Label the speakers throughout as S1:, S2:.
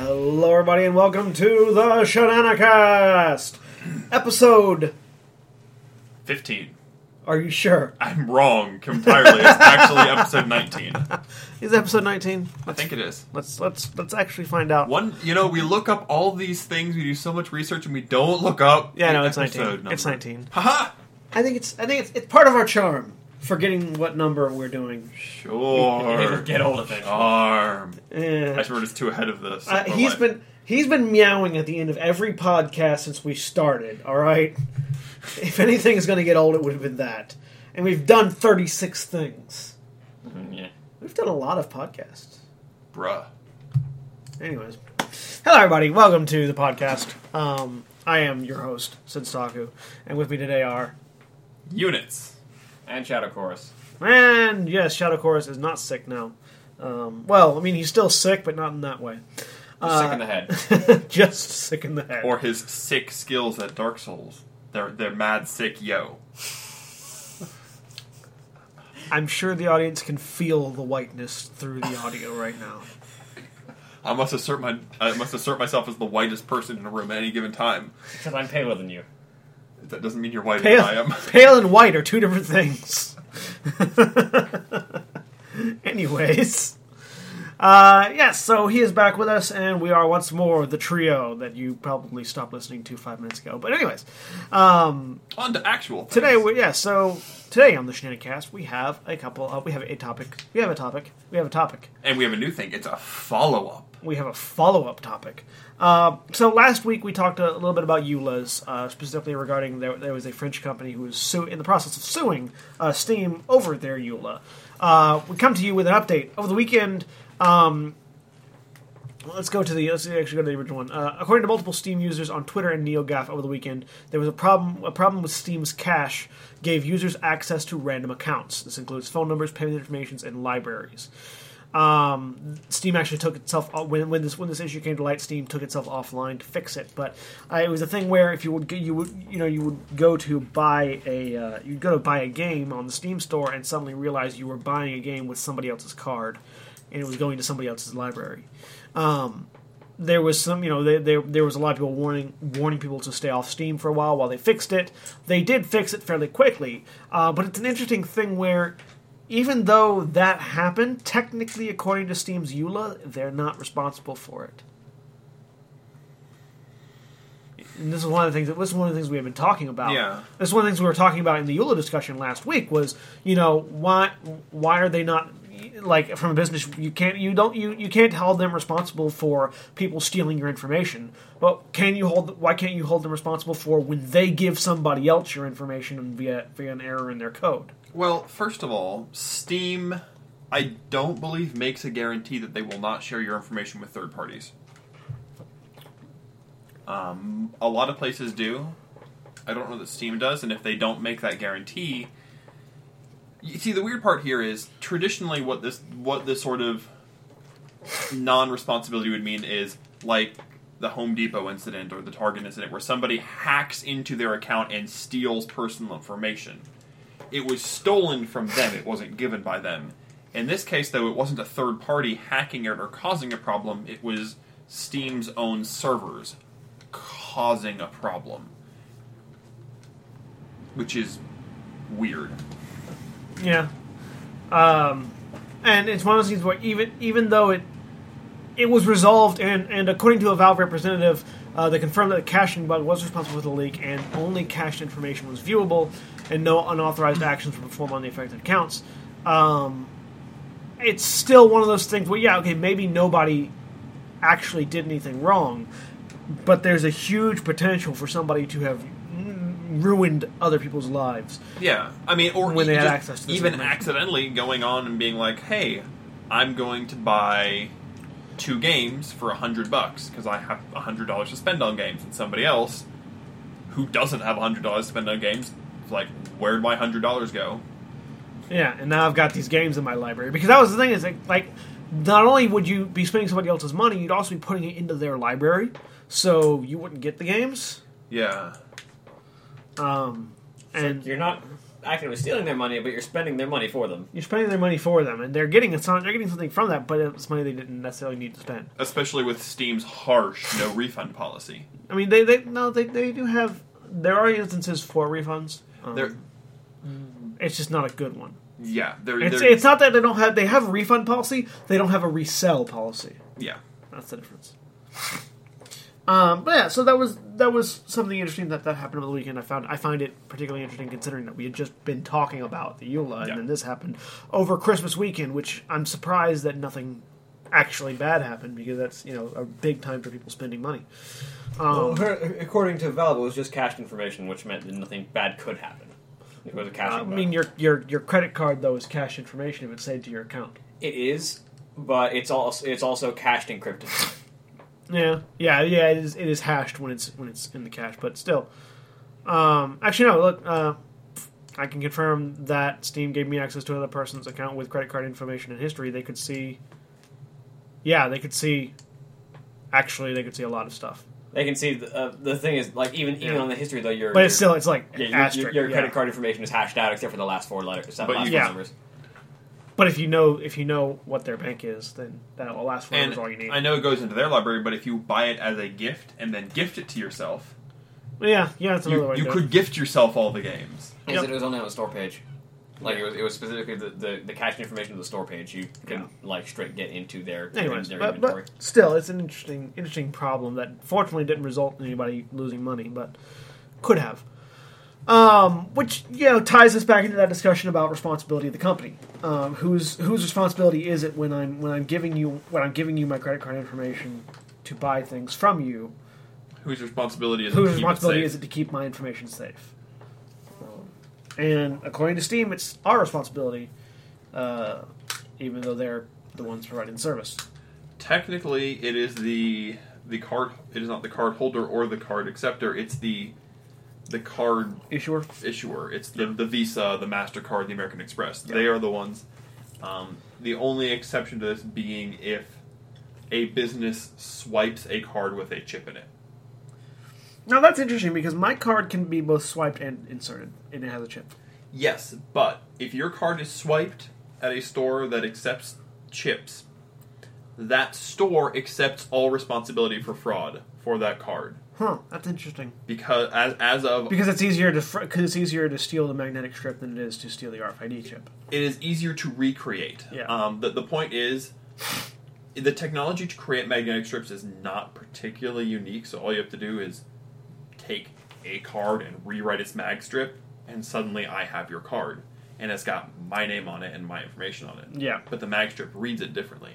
S1: everybody, and welcome to the Shenanigans episode.
S2: 15.
S1: Are you sure?
S2: I'm wrong entirely. It's actually episode 19.
S1: Is it episode nineteen?
S2: I think it is.
S1: Let's let's let's actually find out.
S2: One, you know, we look up all these things. We do so much research, and we don't look up.
S1: Yeah,
S2: the
S1: no, it's
S2: episode
S1: nineteen.
S2: number.
S1: It's nineteen.
S2: Haha.
S1: I think it's I think it's it's part of our charm forgetting what number we're doing.
S2: Sure.
S3: It'll get old eventually.
S2: Charm. I
S1: Eh.
S2: swear, it's too ahead of this.
S1: Uh,
S2: We're
S1: he's
S2: like-
S1: been he's been meowing at the end of every podcast since we started. All right. If anything is going to get old, it would have been that. And we've done thirty six things.
S3: Mm, Yeah.
S1: We've done a lot of podcasts.
S2: Bruh.
S1: Anyways, hello everybody. Welcome to the podcast. Um, I am your host Sensaku, and with me today are
S2: Units.
S3: And Shadow Chorus.
S1: and yes, Shadow Chorus is not sick now. Um, well, I mean he's still sick, but not in that way. Uh,
S3: Just sick in the head.
S1: Just sick in the head.
S2: Or his sick skills at Dark Souls. They're, they're mad sick, yo.
S1: I'm sure the audience can feel the whiteness through the audio right now.
S2: I must assert my I must assert myself as the whitest person in the room at any given time.
S3: Because I'm paler than you.
S2: That doesn't mean you're whiter
S1: Pale,
S2: than I am.
S1: pale and white are two different things. Anyways. Uh, yes, so he is back with us, and we are once more the trio that you probably stopped listening to five minutes ago. But, anyways,
S2: On to actual. Things.
S1: today, we, yeah, so today on the Shenanigans, we have a couple of, we have a topic, we have a topic, we have a topic,
S2: and we have a new thing. It's a follow up.
S1: we have a follow up topic. Uh, so last week we talked a little bit about EULAs, uh, specifically regarding there, there was a French company who was su- in the process of suing uh, Steam over their EULA. Uh, we come to you with an update over the weekend. um, Let's go to the let's actually go to the original one. Uh, according to multiple Steam users on Twitter and NeoGAF over the weekend, there was a problem a problem with Steam's cache gave users access to random accounts. This includes phone numbers, payment informations, and libraries. Um, Steam actually took itself uh, when, when this when this issue came to light. Steam took itself offline to fix it, but uh, it was a thing where if you would g- you would you know you would go to buy a uh, you'd go to buy a game on the Steam store and suddenly realize you were buying a game with somebody else's card, and it was going to somebody else's library Um, there was some, you know, there, there, there was a lot of people warning warning people to stay off Steam for a while while they fixed it. They did fix it fairly quickly, uh, but it's an interesting thing where even though that happened, technically, according to Steam's E EULA, they're not responsible for it. And this is one of the things. This is one of the things we have been talking about.
S2: Yeah.
S1: This is one of the things we were talking about in the E EULA discussion last week. Was you know why why are they not like from a business you can't you don't you you can't hold them responsible for people stealing your information. But can you hold why can't you hold them responsible for when they give somebody else your information via via an error in their code?
S2: Well, first of all, Steam, I don't believe makes a guarantee that they will not share your information with third parties. Um, a lot of places do. I don't know that Steam does, and if they don't make that guarantee, you see the weird part here is traditionally what this what this sort of non-responsibility would mean is like the Home Depot incident or the Target incident where somebody hacks into their account and steals personal information it was stolen from them. It wasn't given by them. In this case, though, it wasn't a third party hacking it or causing a problem. It was Steam's own servers causing a problem, which is weird.
S1: Yeah. Um, and it's one of those things where even even though it it was resolved and and according to a Valve representative, uh, they confirmed that the caching bug was responsible for the leak and only cached information was viewable and no unauthorized actions were performed on the affected accounts. Um, it's still one of those things where yeah, okay, maybe nobody actually did anything wrong, but there's a huge potential for somebody to have mm, ruined other people's lives.
S2: Yeah, I mean, or
S1: When they
S2: e-
S1: had
S2: just
S1: access to this
S2: even
S1: information.
S2: accidentally going on and being like, "Hey, I'm going to buy two games for a hundred bucks because I have a hundred dollars to spend on games," and somebody else who doesn't have a hundred dollars to spend on games is like, "Where'd my hundred dollars go?"
S1: Yeah, and now I've got these games in my library because that was the thing is like, like not only would you be spending somebody else's money, you'd also be putting it into their library, so you wouldn't get the games.
S2: Yeah,
S1: Um, and
S3: You're not actively stealing their money, but you're spending their money for them.
S1: You're spending their money for them, and they're getting it's not, they're getting something from that, but it's money they didn't necessarily need to spend.
S2: especially with Steam's harsh no refund policy.
S1: I mean, they they no they, they do have there are instances for refunds. Um,
S2: They're,
S1: it's just not a good one.
S2: yeah, they're,
S1: It's,
S2: they're-
S1: it's not that they don't have they have a refund policy. They don't have a resell policy.
S2: yeah.
S1: That's the difference. Um, but yeah, so that was that was something interesting that that happened over the weekend. I found I find it particularly interesting considering that we had just been talking about the EULA
S2: Yeah.
S1: and then this happened over Christmas weekend, which I'm surprised that nothing actually bad happened because that's you know a big time for people spending money. Um,
S3: according to Valve, it was just cached information, which meant that nothing bad could happen. It was a cash.
S1: I mean, your your your credit card though is cash information if it's saved to your account.
S3: it is, but it's also it's also cached encrypted.
S1: Yeah, yeah, yeah. It is. It is hashed when it's when it's in the cache, but still. Um, actually, no. Look, uh, I can confirm that Steam gave me access to another person's account with credit card information and history. They could see. Yeah, they could see. Actually, they could see a lot of stuff,
S3: They can see the, uh, the thing is like even even
S1: Yeah.
S3: on the history though your
S1: but it's
S3: your-
S1: still it's like
S3: yeah, your- your,
S1: asterisk.
S3: your
S1: yeah.
S3: credit card information is hashed out except for the last four letters, except
S2: But
S3: last
S2: you-
S3: four
S1: Yeah.
S3: numbers.
S1: But if you know if you know what their bank is, then that last one is
S2: And
S1: all you need.
S2: I know it goes into their library, but if you buy it as a gift and then gift it to yourself,
S1: yeah, yeah, that's another
S2: you,
S1: way. to
S2: you
S1: do it.
S2: could gift yourself all the games.
S3: Is
S1: Yep.
S3: that it was only on the store page. Like it was, it was specifically the, the, the cached information of the store page. You can
S1: Yeah.
S3: like straight get into their,
S1: Anyways,
S3: their
S1: but,
S3: inventory.
S1: but still, it's an interesting interesting problem that fortunately didn't result in anybody losing money, but could have. Um, which you know ties us back into that discussion about responsibility of the company. Um, whose whose responsibility is it when I'm when I'm giving you when I'm giving you my credit card information to buy things from you?
S2: Whose responsibility is it?
S1: Whose
S2: to keep it
S1: responsibility
S2: safe?
S1: is it to keep my information safe? Um, and according to Steam, it's our responsibility, uh, even though they're the ones providing the service.
S2: Technically, it is the the card. It is not the card holder or the card acceptor. It's the the card
S1: Issuer.
S2: issuer. It's the, the Visa, the Mastercard, the American Express.
S1: Yeah.
S2: They are the ones. Um, the only exception to this being if a business swipes a card with a chip in it.
S1: Now that's interesting because my card can be both swiped and inserted, and it has a chip.
S2: Yes, but if your card is swiped at a store that accepts chips, that store accepts all responsibility for fraud for that card
S1: Huh, that's interesting.
S2: because as as of
S1: Because it's easier to fr- cause it's easier to steal the magnetic strip than it is to steal the RFID chip.
S2: it is easier to recreate.
S1: Yeah.
S2: Um, the, the point is, the technology to create magnetic strips is not particularly unique, so all you have to do is take a card and rewrite its mag strip, and suddenly I have your card. And it's got my name on it and my information on it.
S1: Yeah.
S2: But the mag strip reads it differently.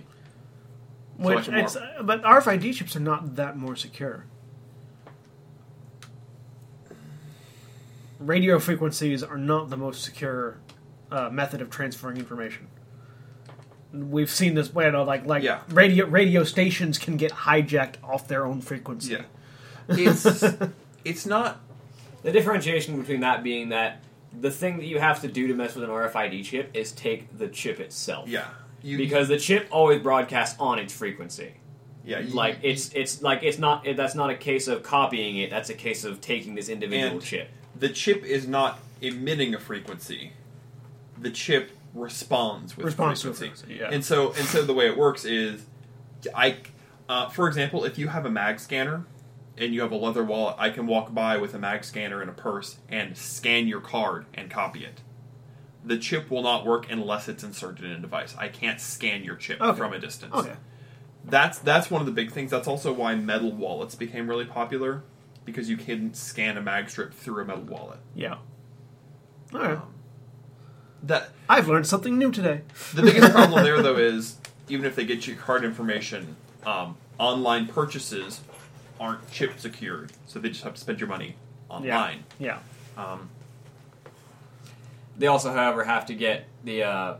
S2: So
S1: Which
S2: much more.
S1: it's, uh, but RFID chips are not that more secure. Radio frequencies are not the most secure uh, method of transferring information. We've seen this way, you know, like like
S2: Yeah.
S1: radio radio stations can get hijacked off their own frequency.
S2: Yeah. It's it's not
S3: The differentiation between that being that the thing that you have to do to mess with an RFID chip is take the chip itself.
S2: yeah. You
S3: Because the chip always broadcasts on its frequency.
S2: yeah, you-
S3: Like it's it's like it's not it, that's not a case of copying it. That's a case of taking this individual
S2: And-
S3: chip.
S2: the chip is not emitting a frequency. The chip responds with
S1: Responds to a
S2: frequency.
S1: frequency, yeah.
S2: And so and so the way it works is I uh, for example, if you have a mag scanner and you have a leather wallet, I can walk by with a mag scanner and a purse and scan your card and copy it. The chip will not work unless it's inserted in a device. I can't scan your chip
S1: Okay.
S2: from a distance
S1: Okay.
S2: that's that's one of the big things. That's also why metal wallets became really popular because you couldn't scan a mag strip through a metal wallet.
S1: Yeah. All right.
S2: Um, that
S1: I've learned something new today.
S2: the biggest problem there though is even if they get your card information, um, online purchases aren't chip secured, so they just have to spend your money online.
S1: Yeah.
S2: Um,
S3: They also, however, have to get the uh,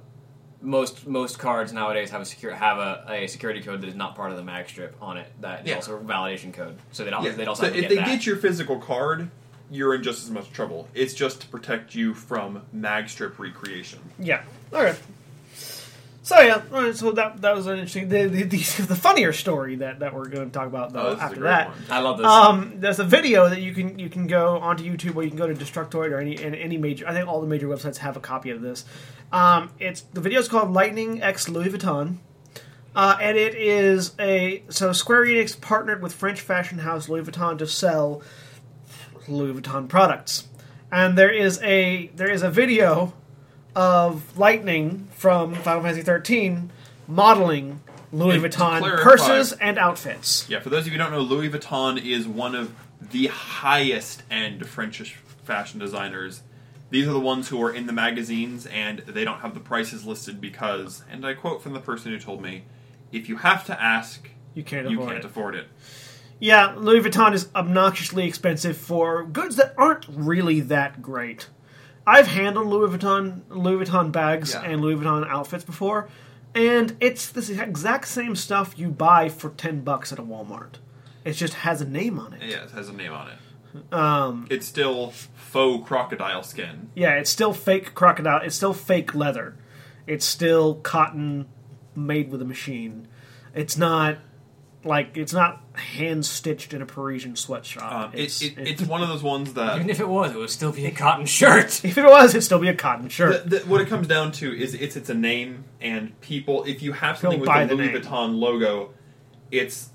S3: most most cards nowadays have a secure have a, a security code that is not part of the mag strip on it. That is
S2: Yeah.
S3: also a validation code. So they don't.
S2: yeah.
S3: They also
S2: so
S3: have to
S2: if
S3: get
S2: they
S3: that.
S2: get your physical card, you're in just as much trouble. It's just to protect you from mag strip recreation.
S1: Yeah. All right. So yeah, all right, so that that was an interesting. The, the, the, the funnier story that, that we're going to talk about
S2: Oh,
S1: though
S2: this is a
S1: after
S2: great
S1: that.
S2: one.
S3: I love this.
S1: Um, there's a video that you can you can go onto YouTube or you can go to Destructoid or any and any major. I think all the major websites have a copy of this. Um, it's the video is called Lightning X Louis Vuitton, uh, and it is a so Square Enix partnered with French fashion house Louis Vuitton to sell Louis Vuitton products, and there is a there is a video of Lightning from Final Fantasy 13 modeling Louis
S2: And to
S1: Vuitton
S2: clarify-
S1: purses and outfits.
S2: Yeah, for those of you who don't know, Louis Vuitton is one of the highest end French fashion designers. These are the ones who are in the magazines and they don't have the prices listed because, and I quote from the person who told me, if you have to ask,
S1: You can't
S2: you
S1: avoid
S2: can't
S1: it.
S2: afford it.
S1: Yeah, Louis Vuitton is obnoxiously expensive for goods that aren't really that great. I've handled Louis Vuitton Louis Vuitton bags
S2: Yeah.
S1: and Louis Vuitton outfits before, and it's this exact same stuff you buy for ten bucks at a Walmart. It just has a name on it.
S2: Yeah, it has a name on it.
S1: Um,
S2: It's still faux crocodile skin.
S1: yeah, it's still fake crocodile. It's still fake leather. It's still cotton made with a machine. It's not like it's not hand stitched in a Parisian sweatshop.
S2: Um, it's,
S1: it's,
S2: it, it's one of those ones that
S3: Even if it was, it would still be a cotton shirt.
S1: If it was, it'd still be a cotton shirt.
S2: The, the, what it comes down to is it's it's a name and people. If you have something
S1: Don't
S2: with
S1: buy the
S2: the, Louis
S1: name.
S2: Vuitton logo, it's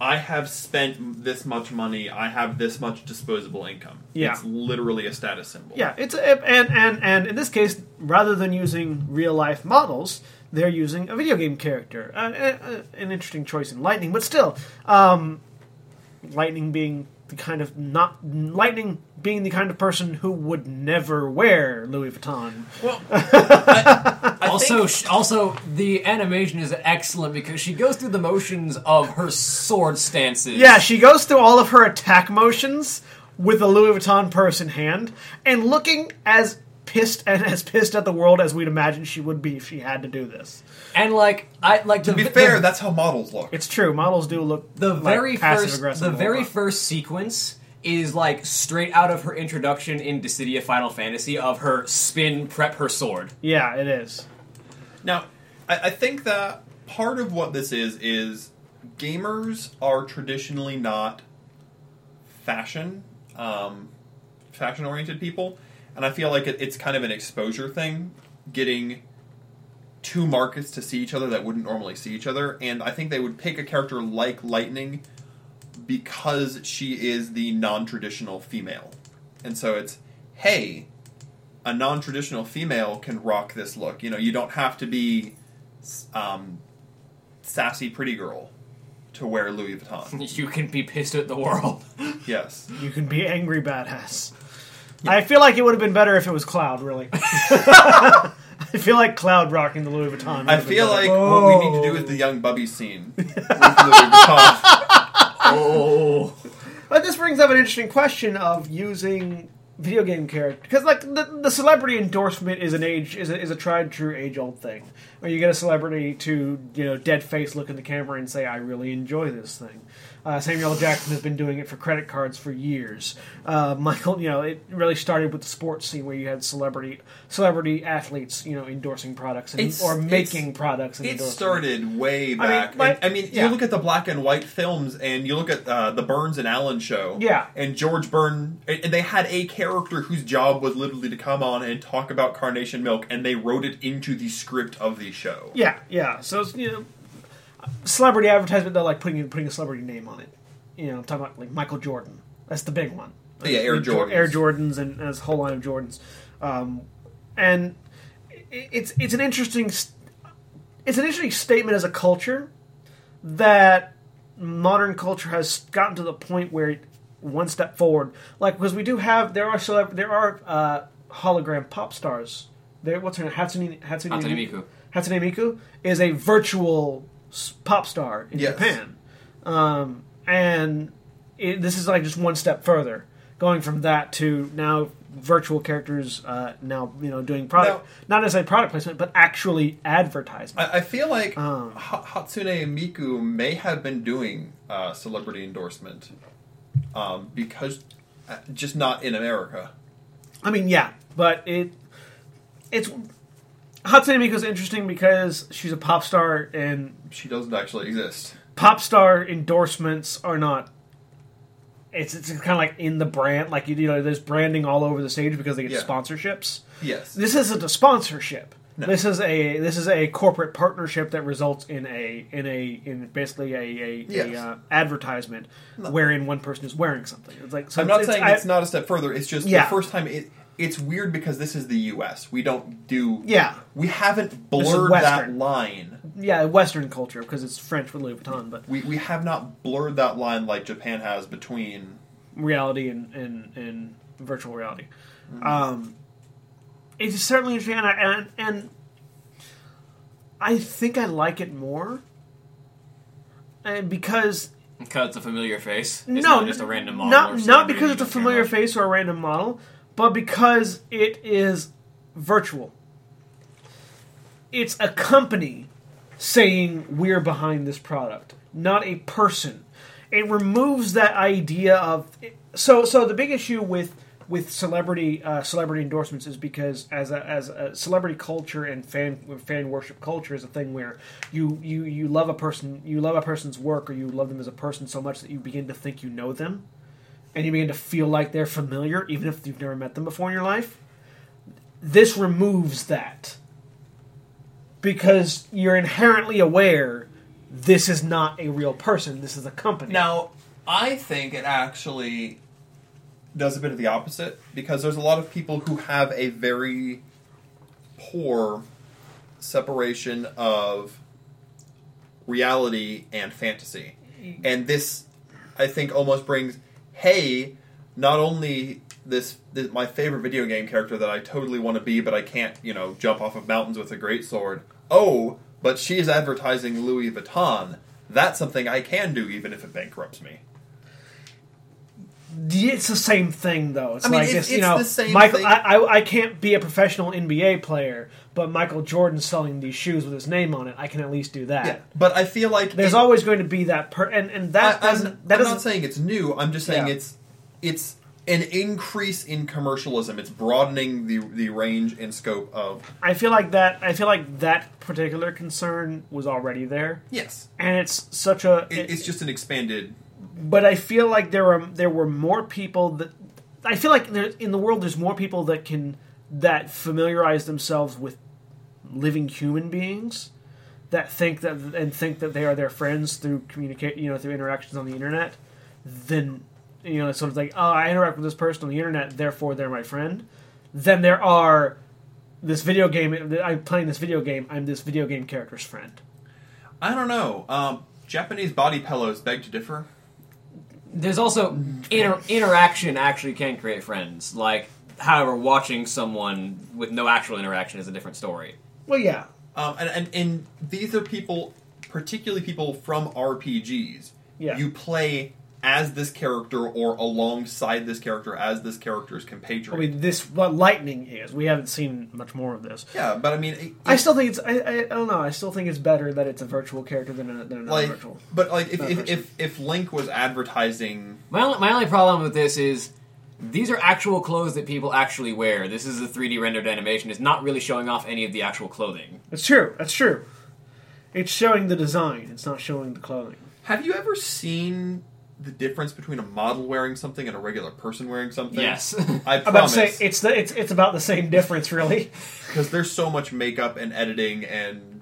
S2: I have spent this much money. I have this much disposable income.
S1: Yeah.
S2: it's literally a status symbol.
S1: yeah, it's a, and and and in this case, rather than using real life models, they're using a video game character. Uh, uh, uh, an interesting choice in Lightning, but still, um, Lightning being the kind of not Lightning being the kind of person who would never wear Louis Vuitton.
S2: Well,
S3: also, sh also the animation is excellent because she goes through the motions of her sword stances.
S1: Yeah, she goes through all of her attack motions with a Louis Vuitton purse in hand and looking as pissed and as pissed at the world as we'd imagine she would be if she had to do this.
S3: and like I like
S2: to be fair, that's how models look.
S1: It's true. Models do look
S3: the
S1: like,
S3: very
S1: passive
S3: first
S1: aggressive
S3: the
S1: all
S3: very
S1: time.
S3: first sequence is like straight out of her introduction into City of Final Fantasy of her spin prep her sword.
S1: yeah, it is.
S2: Now, I, I think that part of what this is is gamers are traditionally not fashion um, fashion oriented people, and I feel like it, it's kind of an exposure thing, getting two markets to see each other that wouldn't normally see each other, and I think they would pick a character like Lightning because she is the non traditional female, and so it's hey a non-traditional female can rock this look. You know, you don't have to be um, sassy pretty girl to wear Louis Vuitton.
S3: You can be pissed at the world.
S2: yes,
S1: You can be angry badass. I feel like it would have been better if it was Cloud. Really, I feel like Cloud rocking the Louis Vuitton. would
S2: I
S1: have been
S2: feel
S1: better.
S2: like what we need to do is the young bubby scene with Louis Vuitton.
S3: oh,
S1: But this brings up an interesting question of using video game character because like the, the celebrity endorsement is an age is a, is a tried true age old thing where you get a celebrity to you know dead face look in the camera and say i really enjoy this thing uh, samuel L. jackson has been doing it for credit cards for years uh, michael you know it really started with the sports scene where you had celebrity celebrity athletes you know endorsing products and,
S2: It's-
S1: or
S2: it's-
S1: making products and
S2: It
S1: endorsing
S2: started way
S1: mean,
S2: back.
S1: my-
S2: and, I mean
S1: yeah.
S2: you look at the black and white films, and you look at uh, the Burns and Allen show.
S1: Yeah.
S2: and George Byrne, and and they had a character whose job was literally to come on and talk about carnation milk, and they wrote it into the script of the show.
S1: Yeah, yeah. So it's you know, celebrity advertisement. They're like putting putting a celebrity name on it. You know, I'm talking about like Michael Jordan. That's the big one.
S2: Yeah, Air
S1: Like, Jor-
S2: Jordans.
S1: Air Jordans, and, and this whole line of Jordans. Um, and i- it's it's an interesting s- it's an interesting statement as a culture that modern culture has gotten to the point where one step forward, like because we do have there are celeb- there are uh, hologram pop stars. There, what's her name? Hatsune, Hatsune,
S3: Hatsune Miku.
S1: Hatsune Miku is a virtual s- pop star in
S2: Yes.
S1: Japan, um, and it, this is like just one step further, going from that to now virtual characters uh, now you know doing product not necessarily product placement but actually advertisement.
S2: I, I feel like
S1: Um.
S2: Ha- Hatsune Miku may have been doing uh, celebrity endorsement um, because uh, just not in America.
S1: I mean, yeah, but it it's Hatsune Miko's interesting because she's a pop star, and
S2: She doesn't actually exist.
S1: pop star endorsements are not. It's it's kind of like in the brand, like you know, there's branding all over the stage because they get
S2: Yeah.
S1: sponsorships.
S2: Yes.
S1: This isn't a sponsorship. This is a this is a corporate partnership that results in a in a in basically a, a,
S2: Yes.
S1: a uh, advertisement wherein one person is wearing something. It's like so
S2: I'm not
S1: it's-
S2: saying
S1: I-
S2: it's not a step further. It's just
S1: Yeah.
S2: the first time it. It's weird because this is the U.S. We don't do.
S1: Yeah.
S2: We haven't
S1: is
S2: blurred that
S1: Western.
S2: line.
S1: yeah Western culture because it's French with Louis Vuitton, but
S2: We we have not blurred that line like Japan has between.
S1: reality and and, and virtual reality.
S2: Mm.
S1: Um, it's certainly interesting, and, I, and and I think I like it more and because
S3: Because it's a familiar face. It's
S1: no,
S3: not just a random model. or
S1: Not, not
S3: celebrity
S1: because
S3: you
S1: it's a
S3: don't care
S1: familiar
S3: about.
S1: face or a random model, but because it is virtual. It's a company saying we're behind this product, not a person. It removes that idea of so. So the big issue with with celebrity uh, celebrity endorsements is because as a, as a celebrity culture and fan fan worship culture is a thing where you you you love a person you love a person's work or you love them as a person so much that you begin to think you know them and you begin to feel like they're familiar, even if you've never met them before in your life, this removes that. Because you're inherently aware this is not a real person, this is a company.
S2: Now, I think it actually does a bit of the opposite because there's a lot of people who have a very poor separation of reality and fantasy.
S1: Mm-hmm.
S2: And this I think almost brings hey, not only this, this my favorite video game character that I totally want to be but I can't, you know, jump off of mountains with a greatsword. Oh, but she's advertising Louis Vuitton. That's something I can do even if it bankrupts me.
S1: It's the same thing, though. It's
S2: I mean,
S1: like
S2: it's-
S1: this, you
S2: it's
S1: know,
S2: the same
S1: Michael.
S2: thing.
S1: I, I I can't be a professional NBA player, but Michael Jordan's selling these shoes with his name on it. I can at least do that.
S2: Yeah, but I feel like
S1: There's
S2: it-
S1: always going to be that per, and and
S2: I,
S1: that
S2: am
S1: doesn't that doesn't
S2: not saying it's new. I'm just saying
S1: Yeah.
S2: it's it's an increase in commercialism. It's broadening the the range and scope of
S1: I feel like that. I feel like that particular concern was already there,
S2: yes.
S1: and it's such a.
S2: It, it's just an expanded.
S1: but I feel like there were there were more people that I feel like there, in the world there's more people that can that familiarize themselves with living human beings that think that and think that they are their friends through communicate you know through interactions on the internet than you know it's sort of like oh I interact with this person on the internet therefore they're my friend then there are this video game I'm playing this video game I'm this video game character's friend
S2: I don't know. Um, Japanese body pillows beg to differ.
S3: There's also inter- interaction actually can create friends. Like, however, watching someone with no actual interaction is a different story.
S1: well yeah
S2: Um, and, and and these are people, particularly people from RPGs.
S1: Yeah.
S2: You play as this character or alongside this character as this character's compatriot.
S1: I mean this what lightning is we haven't seen much more of this
S2: yeah, but I mean, it-
S1: I still think it's. I, I, I don't know. I still think it's better that it's a virtual character than a, than a
S2: like,
S1: non-virtual.
S2: but like if,
S1: Not
S2: if,
S1: virtual.
S2: if if Link was advertising,
S3: My only, my only problem with this is these are actual clothes that people actually wear. This is a 3D rendered animation. It's not really showing off any of the actual clothing.
S1: That's true. That's true. It's showing the design. It's not showing the clothing.
S2: have you ever seen the difference between a model wearing something and a regular person wearing something?
S3: Yes.
S2: I
S1: I'm about to
S2: promise,
S1: say it's the it's it's about the same difference, really.
S2: because there's so much makeup and editing and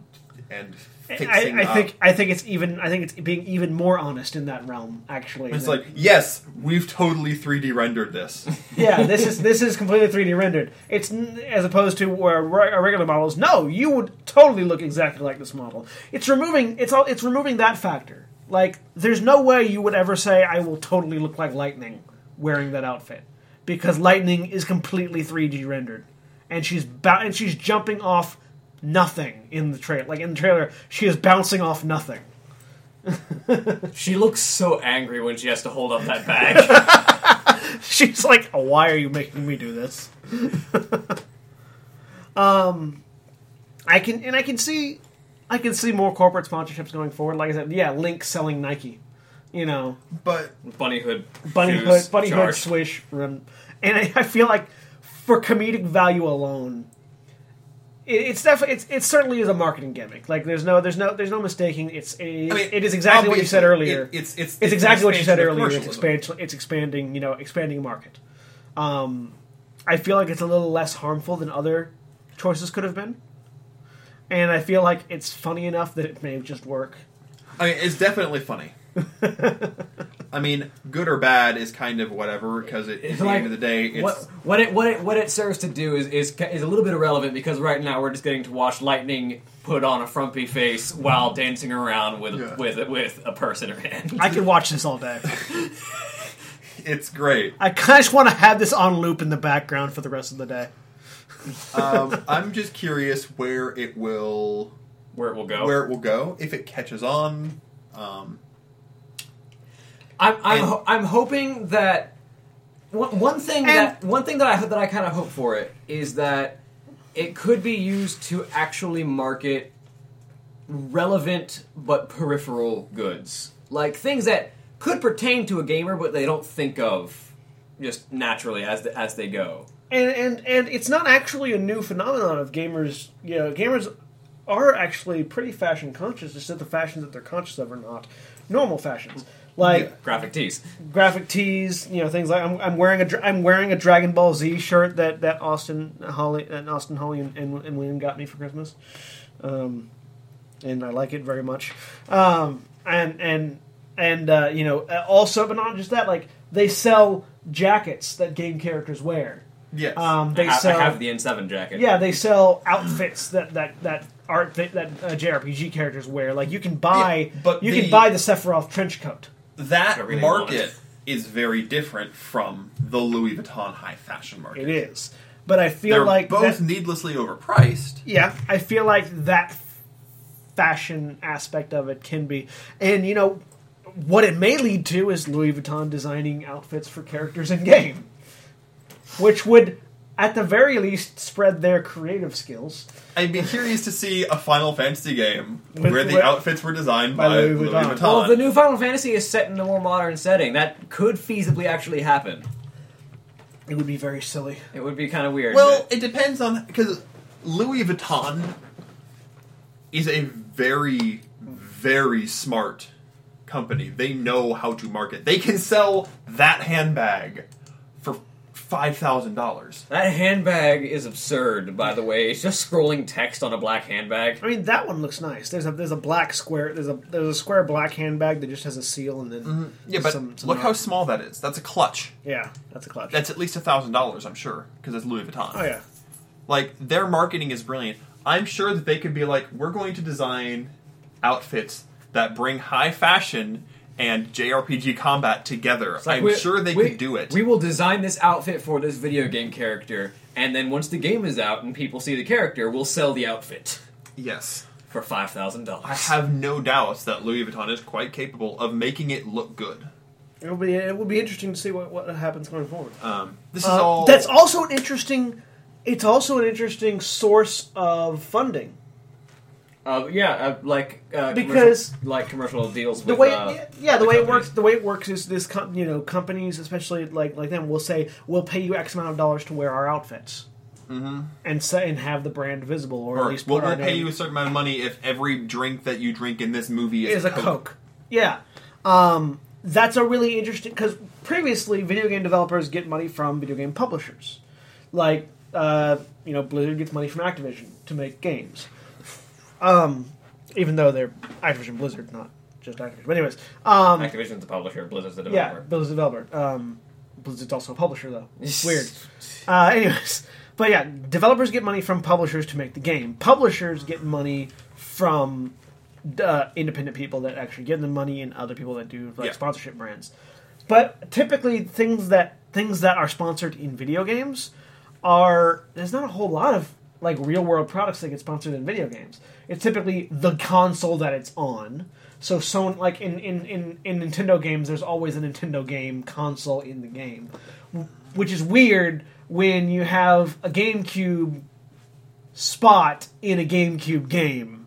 S2: and
S1: I,
S2: fixing.
S1: I
S2: up.
S1: think I think it's even I think it's being even more honest in that realm. Actually,
S2: It's
S1: than-
S2: like, yes, we've totally 3D rendered this.
S1: yeah, this is this is completely 3D rendered. It's n- as opposed to where re- our regular models. No, you would totally look exactly like this model. It's removing it's all it's removing that factor. Like there's no way you would ever say I will totally look like Lightning wearing that outfit because Lightning is completely 3D rendered, and she's ba- and she's jumping off nothing in the trailer. Like in the trailer, she is bouncing off nothing.
S3: she looks so angry when she has to hold up that bag.
S1: She's like, oh, "Why are you making me do this?" um, I can and I can see, I can see more corporate sponsorships going forward. Like I said, yeah, Link selling Nike, you know,
S2: But
S3: bunny hood.
S1: bunny
S3: shoes,
S1: hood, bunny hood,
S3: charged.
S1: swish, run. and I, I feel like for comedic value alone, it, it's definitely it's it certainly is a marketing gimmick. Like there's no there's no there's no mistaking. It's it,
S2: I mean,
S1: it is exactly what you said
S2: obviously,
S1: earlier.
S2: it- it's, it's,
S1: it's
S2: an
S1: exactly what you said
S2: expansion of
S1: earlier. It's
S2: commercialism.
S1: expansion. It's expanding. You know, expanding market. Um, I feel like it's a little less harmful than other choices could have been, and I feel like it's funny enough that it may just work.
S2: I mean, it's definitely funny. I mean, good or bad is kind of whatever because at
S3: It's
S2: the
S3: like-
S2: end of the day, it's
S3: what, what it what it what it serves to do is, is ca- is a little bit irrelevant because right now we're just getting to watch lightning put on a frumpy face while dancing around with
S2: Yeah.
S3: with with a purse in her hand.
S1: I could watch this all day.
S2: it's great.
S1: I kind of just want to have this on loop in the background for the rest of the day.
S2: Um, I'm just curious where it will
S3: Where it will go.
S2: where it will go if it catches on. Um,
S3: I'm I'm,
S2: And-
S3: ho- I'm hoping that one, one thing that one thing that I that I kind of hope for it is that it could be used to actually market relevant but peripheral goods, like things that could pertain to a gamer but they don't think of just naturally as the, as they go.
S1: and and and it's not actually a new phenomenon of gamers. You know, gamers are actually pretty fashion conscious. It's just the fashion that they're conscious of are not normal fashions. Like
S3: Graphic tees.
S1: graphic tees, you know, things like I'm, I'm wearing a dra- I'm wearing a Dragon Ball Z shirt that that Austin Holly and Austin Holly and, and, and William got me for Christmas, um, and I like it very much. Um, and and and uh, you know, uh, also, but not just that, like they sell jackets that game characters wear.
S2: yes,
S1: Um,
S3: I,
S1: they
S3: ha- I
S1: sell
S3: have the N7 jacket.
S1: yeah, they sell outfits that that that art that, that uh, JRPG characters wear. Like you can buy,
S2: Yeah, but
S1: you
S2: the-
S1: can buy the Sephiroth trench coat.
S2: that
S3: I really
S2: market
S3: want.
S2: is very different from the Louis Vuitton high fashion market.
S1: It is, but I feel
S2: They're
S1: like
S2: both
S1: that-
S2: needlessly overpriced.
S1: yeah, I feel like that fashion aspect of it can be, and you know, what it may lead to is Louis Vuitton designing outfits for characters in game, which would. At the very least, spread their creative skills
S2: I'd be curious to see a Final Fantasy game
S1: With-
S2: where the
S1: with-
S2: outfits were designed
S1: by
S2: by,
S1: Louis
S2: Louis,
S1: Vuitton.
S2: Vuitton.
S3: Well, the new Final Fantasy is set in a more modern setting. That could feasibly actually happen.
S1: It would be very silly.
S3: It would be kind of weird.
S2: Well,
S3: but-
S2: it depends on because Louis Vuitton is a very, very smart company. They know how to market. They can sell that handbag for five thousand dollars.
S3: That handbag is absurd, by the way. It's just scrolling text on a black handbag.
S1: I mean, that one looks nice. There's a there's a black square. There's a there's a square black handbag that just has a seal and then
S2: Mm-hmm. Yeah, but
S1: some- some
S2: look how
S1: art.
S2: small that is. That's a clutch.
S1: yeah, that's a clutch.
S2: That's at least thousand dollars, I'm sure, because it's Louis Vuitton.
S1: oh yeah,
S2: like their marketing is brilliant. I'm sure that they could be like, we're going to design outfits that bring high fashion and JRPG combat together.
S3: It's like
S2: I'm
S3: we-
S2: sure they
S3: we-
S2: could do it.
S3: We will design this outfit for this video game character, and then once the game is out and people see the character, we'll sell the outfit
S2: yes.
S3: for five thousand
S2: I
S3: dollars.
S2: have no doubts that Louis Vuitton is quite capable of making it look good.
S1: it'll be it will be interesting to see what what happens going forward.
S2: Um, this is
S1: Uh,
S2: all.
S1: That's also an interesting. It's also an interesting source of funding.
S3: Uh, yeah, uh, like uh, commercial-
S1: Because-
S3: like commercial deals.
S1: The
S3: with,
S1: way,
S3: uh,
S1: yeah, the
S3: with
S1: way it
S3: companies.
S1: works, the way it works is this, com- you know, companies, especially like like them, will say we'll pay you X amount of dollars to wear our outfits, mm-hmm. and say and have the brand visible, or,
S2: Or
S1: at least
S2: we'll,
S1: put our
S2: we'll pay
S1: name-
S2: you a certain amount of money if every drink that you drink in this movie is,
S1: is a Coke. Yeah. Um, that's a really interesting because previously video game developers get money from video game publishers, like uh, you know Blizzard gets money from Activision to make games, um, even though they're Activision Blizzard, not just Activision. But anyways, um,
S3: Activision's the publisher, Blizzard's the
S1: yeah,
S3: developer.
S1: Blizzard's a developer. Um, Blizzard's also a publisher though. Weird. Uh, anyways, but yeah, developers get money from publishers to make the game. Publishers get money from uh, independent people that actually give them money and other people that do like
S2: Yeah.
S1: sponsorship brands. But typically, things that things that are sponsored in video games are there's not a whole lot of like real world products that get sponsored in video games. It's typically the console that it's on. So so like in in, in, in Nintendo games, there's always a Nintendo game console in the game, wh- which is weird when you have a GameCube spot in a GameCube game.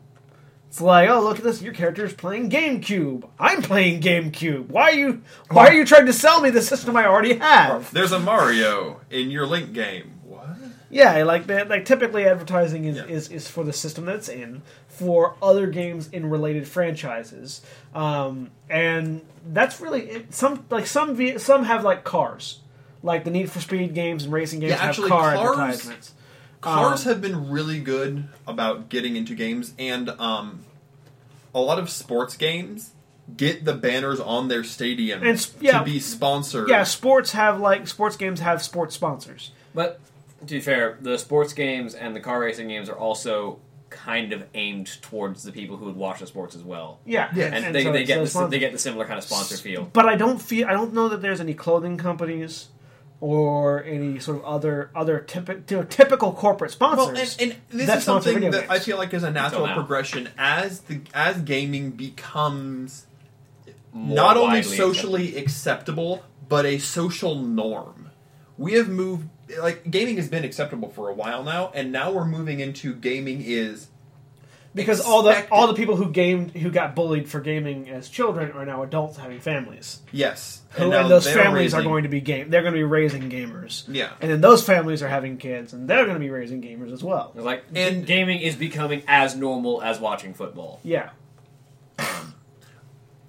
S1: It's like, oh look at this, your character is playing GameCube. I'm playing GameCube. Why are you why are you trying to sell me the system I already have?
S2: There's a Mario in your Link game. What?
S1: Yeah, like that. Like typically, advertising is,
S2: Yeah.
S1: is is for the system that's in for other games in related franchises, um, and that's really it. some like some ve- some have like cars, like the Need for Speed games and racing games
S2: Yeah,
S1: have
S2: actually,
S1: car
S2: cars-
S1: advertisements. Um,
S2: Cars have been really good about getting into games, and um, a lot of sports games get the banners on their stadium
S1: And s- yeah.
S2: to be sponsored.
S1: Yeah, sports have like sports games have sports sponsors.
S3: But to be fair, the sports games and the car racing games are also kind of aimed towards the people who would watch the sports as well.
S1: Yeah,
S2: Yes.
S3: And, they,
S1: so
S3: they
S1: it's
S3: get
S1: those
S3: the, si- they
S1: sponsors.
S3: get the similar kind of sponsor feel.
S1: But I don't feel I don't know that there's any clothing companies or any sort of other other typi- you know, typical corporate sponsors.
S2: Well, and, and this
S1: that
S2: is
S1: sponsor
S2: something
S1: video
S2: that I
S1: games.
S2: feel like is a natural
S3: now.
S2: progression as the as gaming becomes
S3: More
S2: not only
S3: widely
S2: socially acceptable but a social norm. We have moved like gaming has been acceptable for a while now, and now we're moving into gaming is
S1: because all the
S2: expected.
S1: all the people who gamed who got bullied for gaming as children are now adults having families.
S2: yes,
S1: Who, and,
S2: now
S1: those
S2: they're
S1: families are
S2: raising-
S1: going to be game. They're going to be raising gamers.
S2: Yeah.
S1: and then those families are having kids, and they're going to be raising gamers as well.
S3: They're Like,
S2: And-
S3: gaming is becoming as normal as watching football.
S1: Yeah,